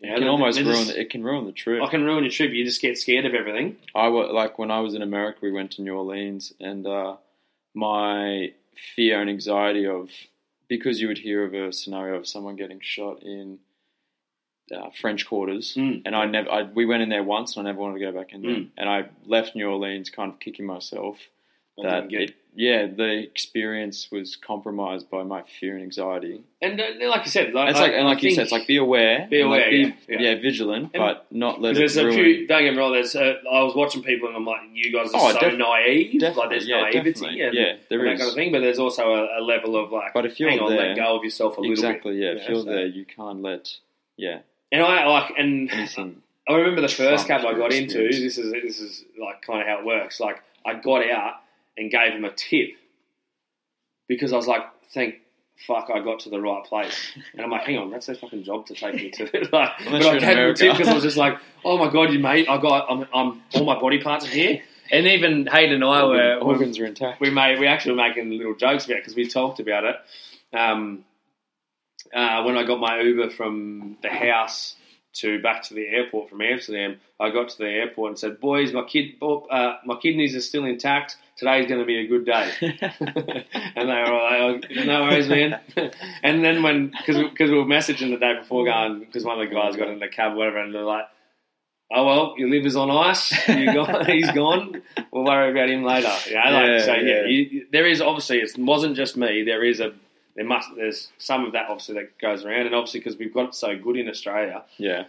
You know, it can they're- almost they're ruin. just- it can ruin the trip. I can ruin your trip. You just get scared of everything. I wa- like when I was in America, we went to New Orleans, and uh, my fear and anxiety of because you would hear of a scenario of someone getting shot in uh, French Quarters, Mm. and I never. I, we went in there once, and I never wanted to go back in there. And I left New Orleans, kind of kicking myself I that didn't get- it, yeah, the experience was compromised by my fear and anxiety. and uh, like I said, like, And it's like, I- and I like you think- said, it's like be aware, Be and, like, aware, be- yeah, yeah, vigilant, And- but not let it There's a ruin. few. Don't get me wrong. There's. Uh, I was watching people, and I'm like, you guys are Oh, so def- naive. Like Definitely, there's yeah, naivety definitely. and, yeah, there and that is. kind of thing. But there's also a, a level of like, But if you're hang on, there, let go of yourself a little exactly, yeah. If Yeah, you're so- there, you can't let yeah bit. And I like, and anything. I remember the first Trump cab I got into. experience. This is this is like kind of how it works. Like I got out and gave him a tip because I was like, thank. Fuck! I got to the right place, and I'm like, "Hang on, that's their fucking job to take me to." like, but you're I in gave him a America. tip because I was just like, "Oh my god, you mate! I got, I'm, I'm all my body parts are here." And even Hayden and I were, were organs are intact. we made we actually were making little jokes about because we talked about it. Um, uh, when I got my Uber from the house to back to the airport from Amsterdam, I got to the airport and said, "Boys, my kid, oh, uh, my kidneys are still intact. Today's going to be a good day." and they were like, oh, "No worries, man." and then when because because we were messaging the day before going because one of the guys got in the cab, whatever, and they're like. Oh well, your liver's on ice. You got, he's gone. We'll worry about him later. Yeah, like, Yeah, so yeah, yeah. You, you- there is obviously it wasn't just me. There is a there must there's some of that obviously that goes around, and obviously because we've got it so good in Australia. yeah.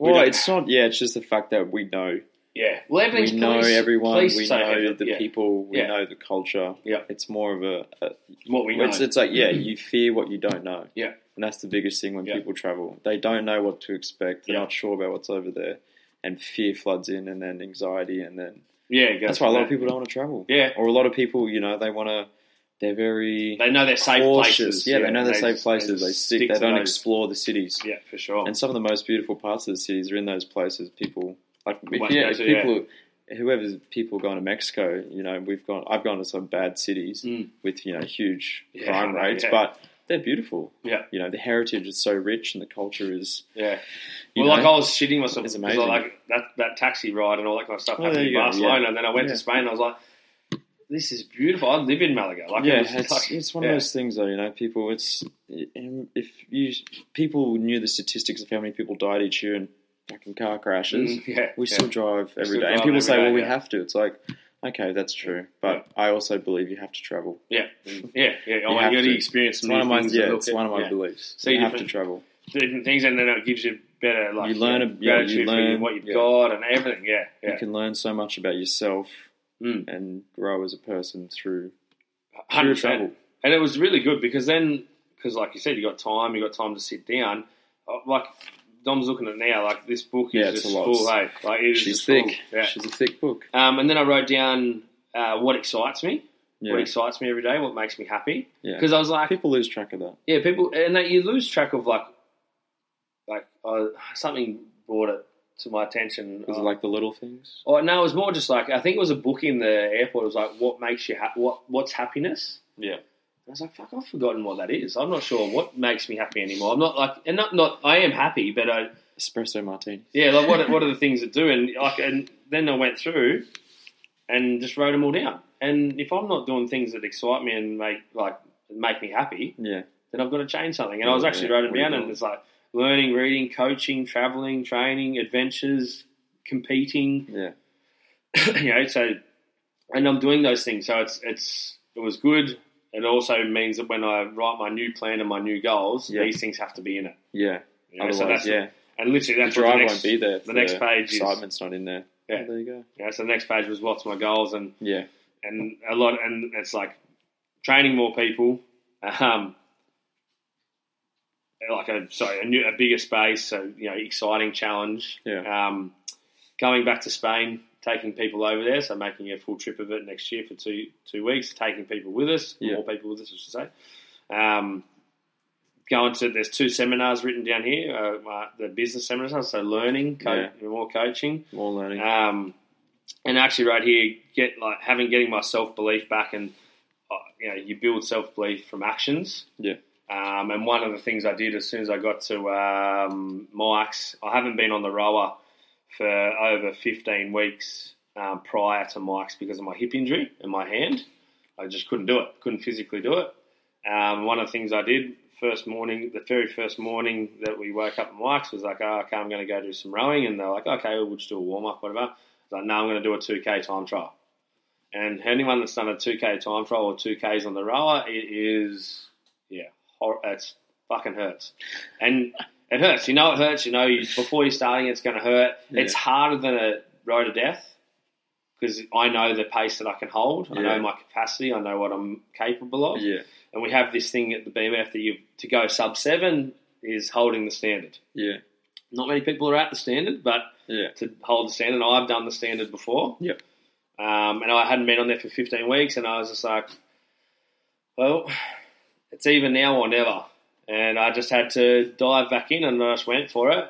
We Well, don't- it's not. Yeah, it's just the fact that we know. Yeah, well, We everything's know police- everyone. police We so know heavy, the yeah, people. We Yeah. know the culture. Yeah. It's more of a. a What we know. Mm-hmm. it's, it's like yeah, you fear what you don't know. Yeah. And that's the biggest thing when Yeah. people travel. They don't know what to expect. They're Yeah. not sure about what's over there, and fear floods in, and then anxiety, and then yeah, it goes that's why a from lot of there. people don't want to travel. Yeah, Or a lot of people, you know, they want to. They're very. they know they're safe cautious. places. Yeah, they know they're safe just- places. They, just stick. stick They to don't those- explore the cities. Yeah, for sure. And some of the most beautiful parts of the cities are in those places. People like if, Won't yeah, go if to, yeah. people whoever's people going to Mexico, you know, we've gone. I've gone to some bad cities Mm. with you know huge Yeah, crime rates, yeah. but they're beautiful. Yeah. you know, the heritage is so rich and the culture is. Yeah. You Well, like know, I was shitting myself It's because I amazing. like that, that taxi ride and all that kind of stuff Oh, happened there in you go, Barcelona, and then I went Yeah. to Spain. and I was like, "This is beautiful. I live in Malaga. Like, yeah, it was it's, like- it's one yeah. of those things though. You know, people. It's if you people knew the statistics of how many people died each year in fucking car crashes. Mm, yeah, We yeah. still drive still every day, and drive people every say, day, "Well, we yeah. have to." It's like, okay, that's true, but I also believe you have to travel. yeah, yeah, Oh, yeah. I You want have to get to. the experience. It's one of my yeah, it's one of my yeah. beliefs. See you have to different- travel. different things, and then it gives you better like You learn a- yeah, gratitude you for learn- what you've yeah. got and everything. Yeah, You yeah, can learn so much about yourself Mm. and grow as a person through through hundred percent. travel. and it was really good because then, because like you said, you got time, you got time to sit down. Uh, Like Dom's looking at now, like this book Yeah, is it's just a lot. full. Hey, like it is She's just full. thick. Yeah. She's a thick book. Um, and then I wrote down uh, what excites me, what Yeah, excites me every day, what makes me happy. yeah. Because I was like, People lose track of that. yeah, people, and that you lose track of like, like uh, something brought it to my attention. Is Uh, it like the little things? Oh no, it was more just like I think it was a book in the airport. It was like what makes you ha- what what's happiness. Yeah. And I was like, fuck, I've forgotten what that is. I'm not sure what makes me happy anymore. I'm not like, and not not I am happy, but I Espresso martini. yeah, like what what are the things that do? And like, and then I went through and just wrote them all down. And if I'm not doing things that excite me and make like make me happy, Yeah. then I've got to change something. And I was Yeah, actually yeah. wrote it What are you down, and doing? it's like learning, reading, coaching, traveling, training, adventures, competing Yeah. you know, so and I'm doing those things. So it's it's it was good. It also means that when I write my new plan and my new goals, Yeah. these things have to be in it. Yeah. You know, Otherwise, so that's yeah. and literally The that's what the drive next, won't be there. if the next page is- excitement's not in there. Yeah. Oh, there you go. You know, so the next page was what's my goals and Yeah. and a lot and it's like training more people. Um, like a sorry, a new a bigger space, so you know, exciting challenge. Yeah. Um, going back to Spain, taking people over there, so making a full trip of it next year for two two weeks, taking people with us, Yeah. more people with us, I should say. Um, going to there's two seminars written down here, uh, my- the business seminars, so learning, co- more coaching. More learning. Um, and actually, right here, get like having getting my self belief back, and uh, you know, you build self belief from actions. Yeah. Um, and one of the things I did as soon as I got to um, Mike's, I haven't been on the rower for over 15 weeks um, prior to Mike's because of my hip injury and my hand. I just couldn't do it, couldn't physically do it. Um, one of the things I did first morning, the very first morning that we woke up at Mike's was like, oh, okay, I'm going to go do some rowing. And they're like, okay, we'll just do a warm up, whatever. I was like, no, I'm going to do a 2K time trial. And anyone that's done a 2K time trial or 2Ks on the rower, it is, yeah, hor- it's fucking hurts. And it hurts. You know it hurts. You know, you, before you're starting, it's going to hurt. Yeah. It's harder than a row to death because I know the pace that I can hold. I Yeah. know my capacity. I know what I'm capable of yeah. and we have this thing at the BMF that you to go sub seven is holding the standard. Yeah. Not many people are at the standard, but Yeah. to hold the standard, I've done the standard before. Yep. Um, and I hadn't been on there for 15 weeks, and I was just like, well, it's either now or never. And I just had to dive back in, and I just went for it.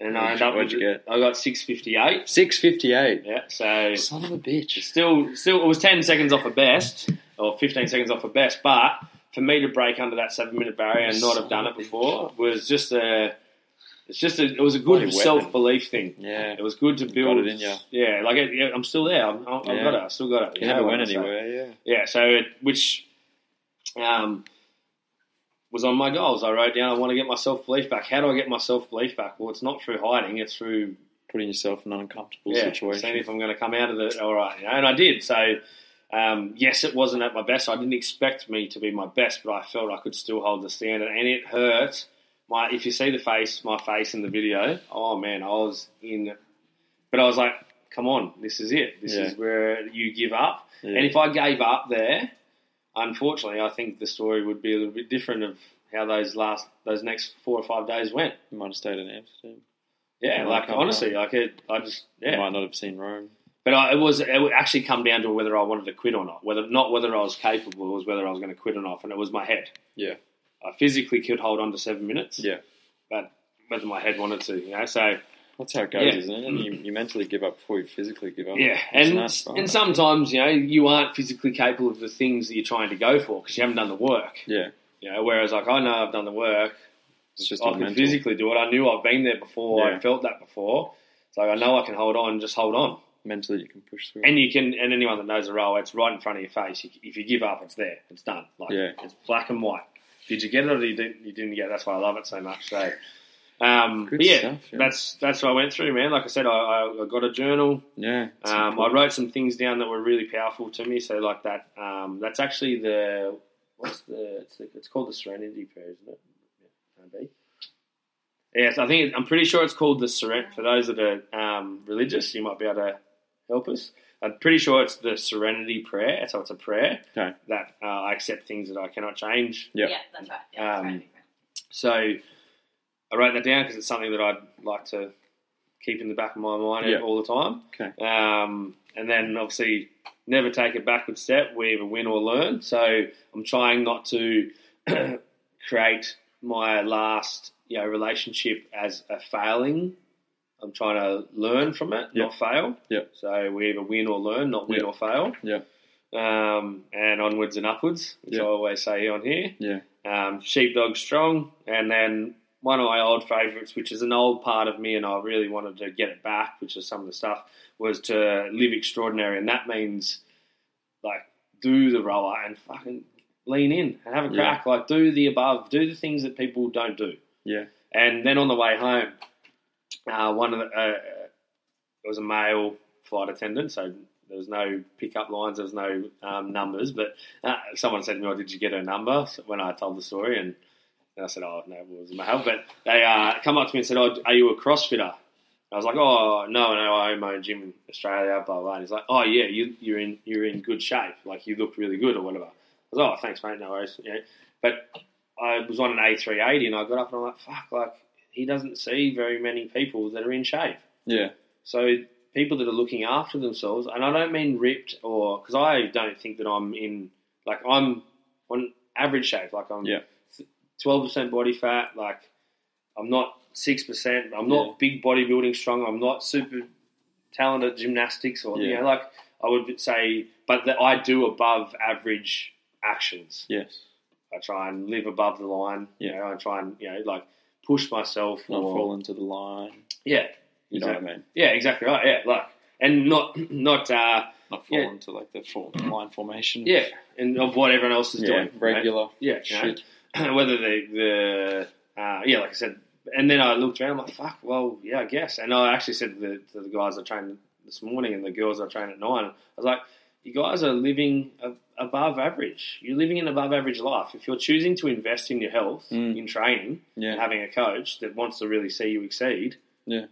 And I ended What'd you- up what'd with- you get? I got 658. Six fifty eight. Yeah, so Son of a bitch. still, still, it was 10 seconds off a best, or 15 seconds off a best, but for me to break under that seven minute barrier and not have done it before was just a, it's just a, it was a Bloody good weapon. self belief thing. Yeah. It was good to build. it in ya. Yeah, like it, yeah, I'm still there. I'm, I'm, I've Yeah. got it. I still got it. You know never what went I'm saying? anywhere. Yeah. Yeah, so it, which um, was on my goals. I wrote down, I want to get my self belief back. How do I get my self belief back? Well, it's not through hiding. It's through Putting yourself in an uncomfortable yeah, situation. seeing if I'm going to come out of it all right. You know? And I did. So, um, yes, it wasn't at my best. I didn't expect me to be my best, but I felt I could still hold the standard, and it hurt. My, if you see the face, my face in the video, oh man, I was in. But I was like, come on, this is it. This Yeah. is where you give up. Yeah. And if I gave up there, unfortunately, I think the story would be a little bit different of how those last, those next four or five days went. you might have stayed in Amsterdam. Yeah, Yeah, I like can't honestly, like it, I just yeah, You might not have seen Rome. but I, it was it would actually come down to whether I wanted to quit or not. Whether not whether I was capable, it was whether I was going to quit or not. And it was my head. Yeah. I physically could hold on to seven minutes, Yeah. but whether my head wanted to, you know. So That's how it goes, Yeah. isn't it? And you, you mentally give up before you physically give up. Yeah, It's and nice, right? and sometimes you know you aren't physically capable of the things that you're trying to go for because you haven't done the work. Yeah. You know, whereas like I know I've done the work, It's just I all can mental. physically do it. I knew I've been there before. Yeah. I felt that before. So I know I can hold on. Just hold on. Mentally, you can push through. And you can. And anyone that knows the role, it's right in front of your face. You, if you give up, it's there. It's done. Like Yeah. it's black and white. Did you get it or you didn't? You didn't get it. That's why I love it so much. So. Um, Good but yeah, stuff, yeah. that's that's what I went through, man. Like I said, I, I, I got a journal. yeah. it's Um, I important. wrote some things down that were really powerful to me. So like that, um, that's actually the what's the it's, the it's called the Serenity Prayer, isn't it? Yeah, maybe. Yes, I think it, I'm pretty sure it's called the Seren. For those that are um, religious, you might be able to help us. I'm pretty sure it's the Serenity Prayer. So it's a prayer Okay. that uh, I accept things that I cannot change, Yeah. Yeah, that's right. Yeah, that's Um, right. so I wrote that down because it's something that I'd like to keep in the back of my mind Yeah. all the time. Okay. Um, and then obviously never take a backward step. We either win or learn. So I'm trying not to create my last you know relationship as a failing. I'm trying to learn from it, Yeah. not fail. Yeah. So we either win or learn, not win Yeah. or fail. Yeah. Um, and onwards and upwards, which Yeah. I always say on here Yeah. um, Sheepdog Strong, and then one of my old favourites, which is an old part of me, and I really wanted to get it back, which is some of the stuff, was to live extraordinary, and that means like do the roller and fucking lean in and have a Yeah. crack, like do the above, do the things that people don't do. Yeah. And then on the way home, uh, one of the, uh, it was a male flight attendant, so there was no pickup lines, there was no um, numbers. But uh, someone said to me, "Oh, did you get her number?" So when I told the story, and, and I said, "Oh, no, it was a male." But they uh, come up to me and said, "Oh, are you a CrossFitter?" I was like, "Oh, no, no, I own my own gym in Australia." Blah blah. And he's like, "Oh, yeah, you, you're in you're in good shape. Like you look really good, or whatever." I was, "Oh, thanks, mate. No worries." You know, but I was on an A380 and I got up and I'm like, fuck, like, he doesn't see very many people that are in shape. Yeah. So people that are looking after themselves, and I don't mean ripped or, because I don't think that I'm in, like, I'm on average shape. Like, I'm Yeah. 12% body fat. Like, I'm not 6%. I'm not Yeah. big bodybuilding strong. I'm not super talented at gymnastics or, you Yeah. know, like, I would say, but that I do above average actions. Yes. I try and live above the line. You Yeah. know, I try and you know like push myself. Not or- fall into the line. Yeah, You know Exactly. what I mean? yeah, exactly right. Yeah, like and not not uh, Not fall Yeah. Mm-hmm. into like the fall, line formation. yeah, and of what everyone else is Yeah. doing. right? regular Yeah, you know? shit. whether the the uh, yeah, like I said, and then I looked around, I'm like fuck, well, yeah, I guess. And I actually said to the, to the guys I trained this morning and the girls I trained at nine, I was like, you guys are living a, above average. You're living an above average life. If you're choosing to invest in your health, Mm. in training, and Yeah. having a coach that wants to really see you exceed, Yeah.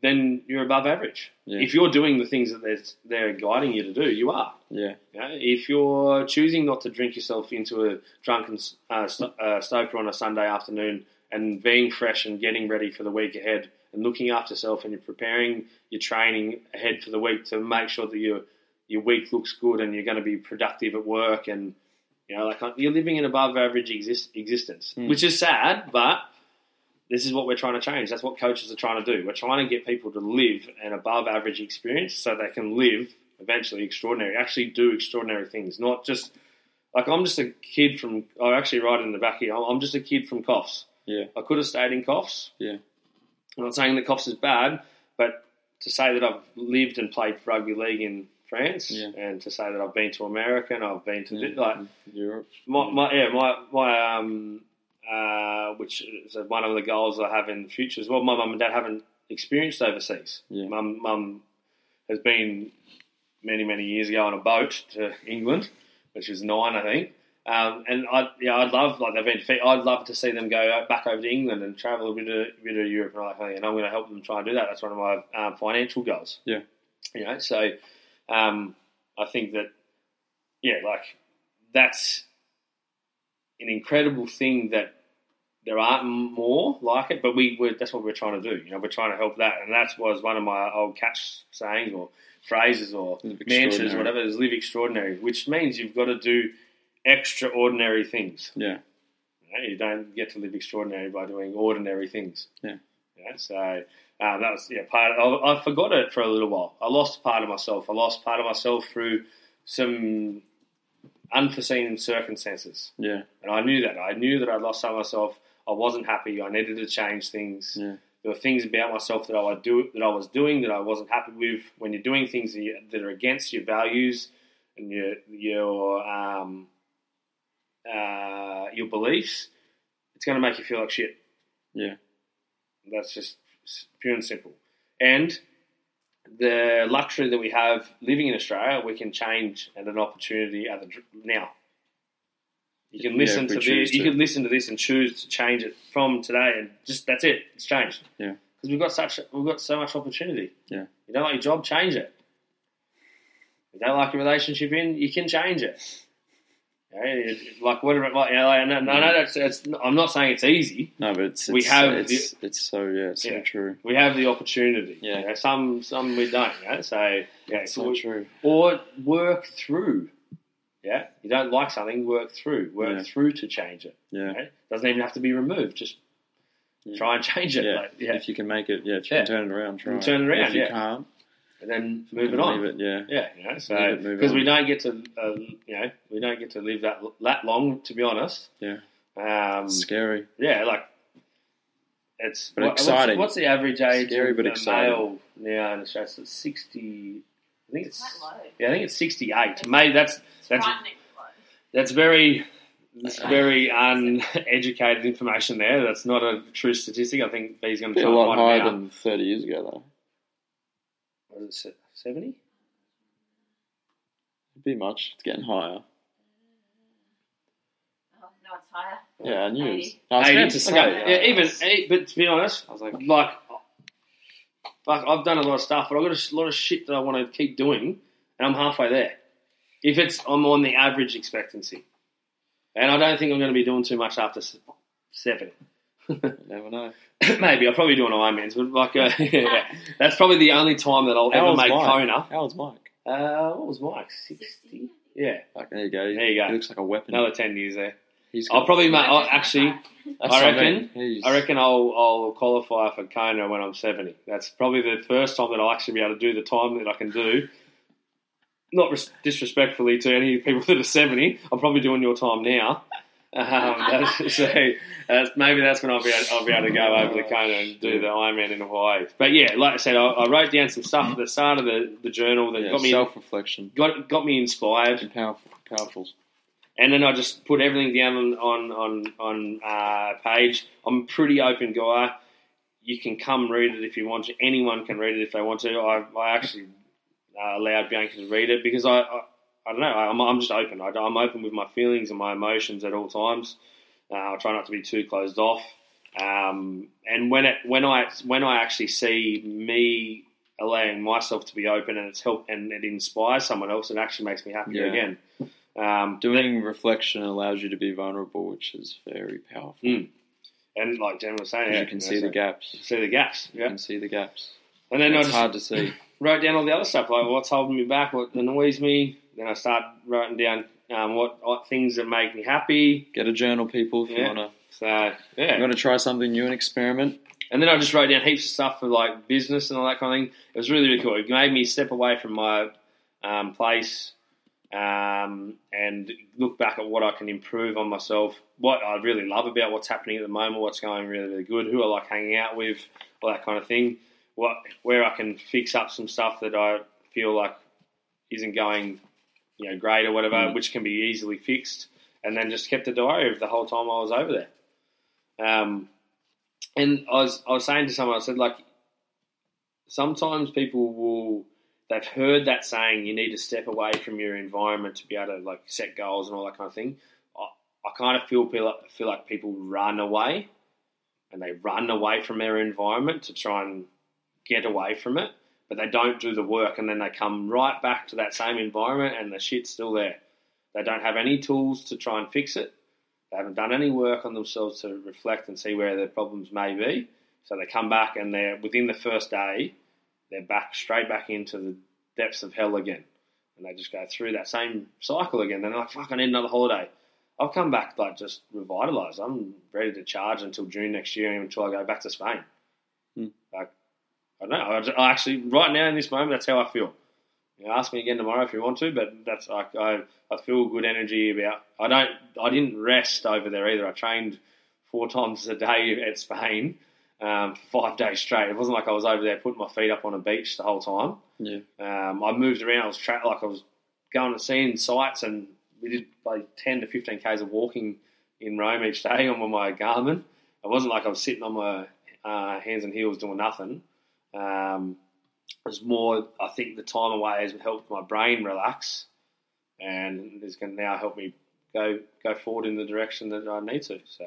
then you're above average. Yeah. If you're doing the things that they're, they're guiding you to do, you are. Yeah. You know, if you're choosing not to drink yourself into a drunken uh, sto- uh, stoker on a Sunday afternoon and being fresh and getting ready for the week ahead and looking after yourself and you're preparing your training ahead for the week to make sure that your your week looks good and you're going to be productive at work and you know like you're living an above average exist- existence, Hmm. which is sad, but this is what we're trying to change. That's what coaches are trying to do. We're trying to get people to live an above average experience so they can live eventually extraordinary, actually do extraordinary things, not just like I'm just a kid from. I actually write it in the back here. I'm I'm just a kid from Coffs. Yeah. I could have stayed in Coffs. Yeah. I'm not saying that Coffs is bad, but to say that I've lived and played rugby league in France, Yeah. and to say that I've been to America and I've been to Yeah. like Europe. my, my yeah, my my um uh, which is one of the goals I have in the future as well. My mum and dad haven't experienced overseas. Yeah. Mum mum has been many many years ago on a boat to England, which was nine, I think. Um, and I yeah, I'd love like they've been. fe- I'd love to see them go back over to England and travel a bit of bit of Europe and all that kind of thing. And I'm going to help them try and do that. That's one of my um, financial goals. Yeah. You know, so um, I think that yeah, like that's an incredible thing that there aren't more like it, but we we're, that's what we're trying to do. You know, we're trying to help that, and that was one of my old catch sayings or phrases or Live mantras, extraordinary. whatever. Is live extraordinary, which means you've got to do extraordinary things. Yeah. You, know, you don't get to live extraordinary by doing ordinary things. Yeah. You know, so uh, that was yeah part. I, I forgot it for a little while. I lost part of myself. I lost part of myself through some unforeseen circumstances, Yeah. and I knew that. I knew that I'd lost some of myself. I wasn't happy. I needed to change things. Yeah. There were things about myself that I would do that I was doing that I wasn't happy with. When you're doing things that, you, that are against your values and your your um, uh, your beliefs, it's going to make you feel like shit. Yeah. That's just s- pure and simple. And the luxury that we have living in Australia, we can change at an opportunity at the dr- now. You can Yeah, listen if we to choose this. You to. can listen to this and choose to change it from today, and just that's it. It's changed. Yeah. because we've got such we've got so much opportunity. Yeah. you don't like your job, change it. You don't like your relationship in, you can change it. You know, it- like whatever, like, you know, like, no, no, no, that's, that's, I'm not saying it's easy. No, but it's, it's We have it's, it's so yeah, it's so Yeah. true. we have the opportunity. Yeah. You know, some some we don't. You know? So yeah, It's so so we- true. or work through. Yeah, you don't like something, work through. Work Yeah. through to change it. Yeah. Okay? Doesn't even have to be removed. Just Yeah. try and change it. Yeah. like, yeah. If you can make it, yeah, if you Yeah. can turn it around, try can turn it around, If you yeah. can't, and then move it then on. Leave it, yeah. Yeah, you know, so Leave it, move because on. we don't get to, uh, you know, we don't get to live that that long. To be honest, Yeah. um, It's scary. yeah, like it's But what- what's- exciting. What's, the average age Scary of but a exciting. male now in Australia? It's sixty. I think It's it's quite low. Yeah, I think it's 68. Maybe that's It's That's- frightening low. that's very that's very uneducated information there. That's not a true statistic. I think he's going to It's a try and lot find it higher out. than 30 years ago, though. What is it, 70? It'd be much. It's getting higher. Oh, no, it's higher. Yeah, I knew it was. Eighty. I was 80? about to say. uh, Okay, yeah. yeah, even eh, but to be honest, I was like, like like I've done a lot of stuff, but I've got a s- lot of shit that I want to keep doing, and I'm halfway there. If it's I'm on the average expectancy, and I don't think I'm going to be doing too much after s- 70. you never know. Maybe I'll probably do an Ironman's, but like, uh, yeah, that's probably the only time that I'll How ever old's make Mike? Kona. How old's Mike? Uh, what was Mike? Sixty? Yeah, Like, there you go. There you go. He looks like a weapon. another ten years there. He's I'll got- probably make. Might I'll just actually, not high. That's I what mean. reckon- He's- I reckon I'll I'll qualify for Kona when I'm seventy. That's probably the first time that I'll actually be able to do the time that I can do. Not res- disrespectfully to any people that are seventy, I'm probably doing your time now. Um, that's, so that's, maybe that's when I'll be able, I'll be able to go over the Kona and do the Ironman in Hawaii. But yeah, like I said, I, I wrote down some stuff at the start of the, the journal that yeah, got me self-reflection. got got me inspired. And powerful, powerful. and then I just put everything down on on on, on uh, a page. I'm a pretty open guy. You can come read it if you want to. Anyone can read it if they want to. I, I actually uh, allowed Bianca to read it because I I, I don't know. I'm, I'm just open. I, am open with my feelings and my emotions at all times. Uh, I try not to be too closed off. Um, and when it when I when I actually see me allowing myself to be open and it's help and it inspires someone else, it actually makes me happier Yeah. again. Um, Doing reflection allows you to be vulnerable, which is very powerful. Mm, And like Jen was saying, 'Cause yeah, you can see the so- gaps. see the gaps. You Yeah, can see the gaps. and then I it's just hard to see. wrote down all the other stuff, like what's holding me back, what annoys me. Then I start writing down um, what, what things that make me happy. Get a journal, people, if you Yeah. wanna. So You yeah, wanna try something new and experiment. and then I just wrote down heaps of stuff for like business and all that kind of thing. It was really really cool. It made me step away from my um, place um, and look back at what I can improve on myself, what I really love about what's happening at the moment, what's going really, really good, who I like hanging out with, all that kind of thing, what where I can fix up some stuff that I feel like isn't going, you know, great or whatever, Mm. which can be easily fixed, and then just kept a diary of the whole time I was over there. Um, and I was I was saying to someone, I said like, sometimes people will they've heard that saying you need to step away from your environment to be able to like set goals and all that kind of thing. I, I kind of feel feel like, feel like people run away and they run away from their environment to try and get away from it, but they don't do the work and then they come right back to that same environment and the shit's still there. They don't have any tools to try and fix it. They haven't done any work on themselves to reflect and see where their problems may be. So they come back and they're within the first day, they're back straight back into the depths of hell again. And they just go through that same cycle again. Then they're like, fuck, I need another holiday. I've come back like just revitalized. I'm ready to charge until June next year until I go back to Spain. Hmm. Like I don't know. I, ju- I actually, right now in this moment, that's how I feel. You know, ask me again tomorrow if you want to, but that's like I, I feel good energy about. I don't. I didn't rest over there either. I trained four times a day at Spain, um, five days straight. It wasn't like I was over there putting my feet up on a beach the whole time. Yeah. Um, I moved around. I was tra- like I was going and seeing sites, and we did like ten to fifteen k's of walking in Rome each day on my Garmin. It wasn't like I was sitting on my uh, hands and heels doing nothing. Um, it was more, I think, the time away has helped my brain relax, and it's going to now help me go go forward in the direction that I need to. So,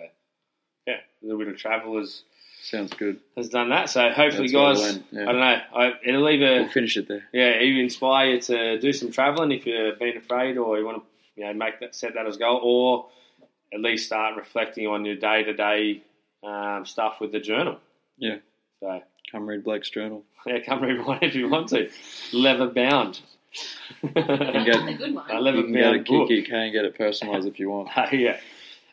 yeah, a little bit of travel has, Sounds good. has done that. So, hopefully, guys, That's what I learned, yeah. I don't know, I, it'll either We'll finish it there. yeah, you inspire you to do some traveling if you've been afraid or you want to, you know, make that set that as a goal, or at least start reflecting on your day to day stuff with the journal. Yeah. So Come read Blake's journal. yeah, come read one if you want to. Leather bound. can a get- a good one. leather you can go to bound book. Kiki and get it personalized if you want. yeah.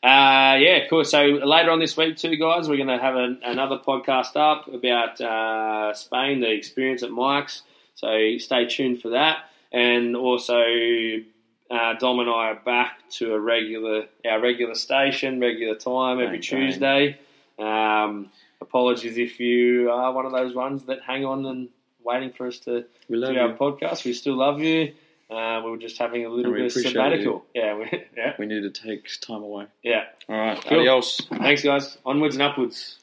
Uh, yeah, cool. So later on this week, too, guys, we're going to have an, another podcast up about uh, Spain, the experience at Mike's. So stay tuned for that. And also, uh, Dom and I are back to a regular, our regular station, regular time every Bang, bang. Tuesday. Um, apologies if you are one of those ones that hang on and waiting for us to We love do our you. podcast. We still love you. Uh, we were just having a little And we bit of appreciate sabbatical. Yeah, we, yeah, We need to take time away. yeah. All right. Cool. Adios. Thanks, guys. Onwards and upwards.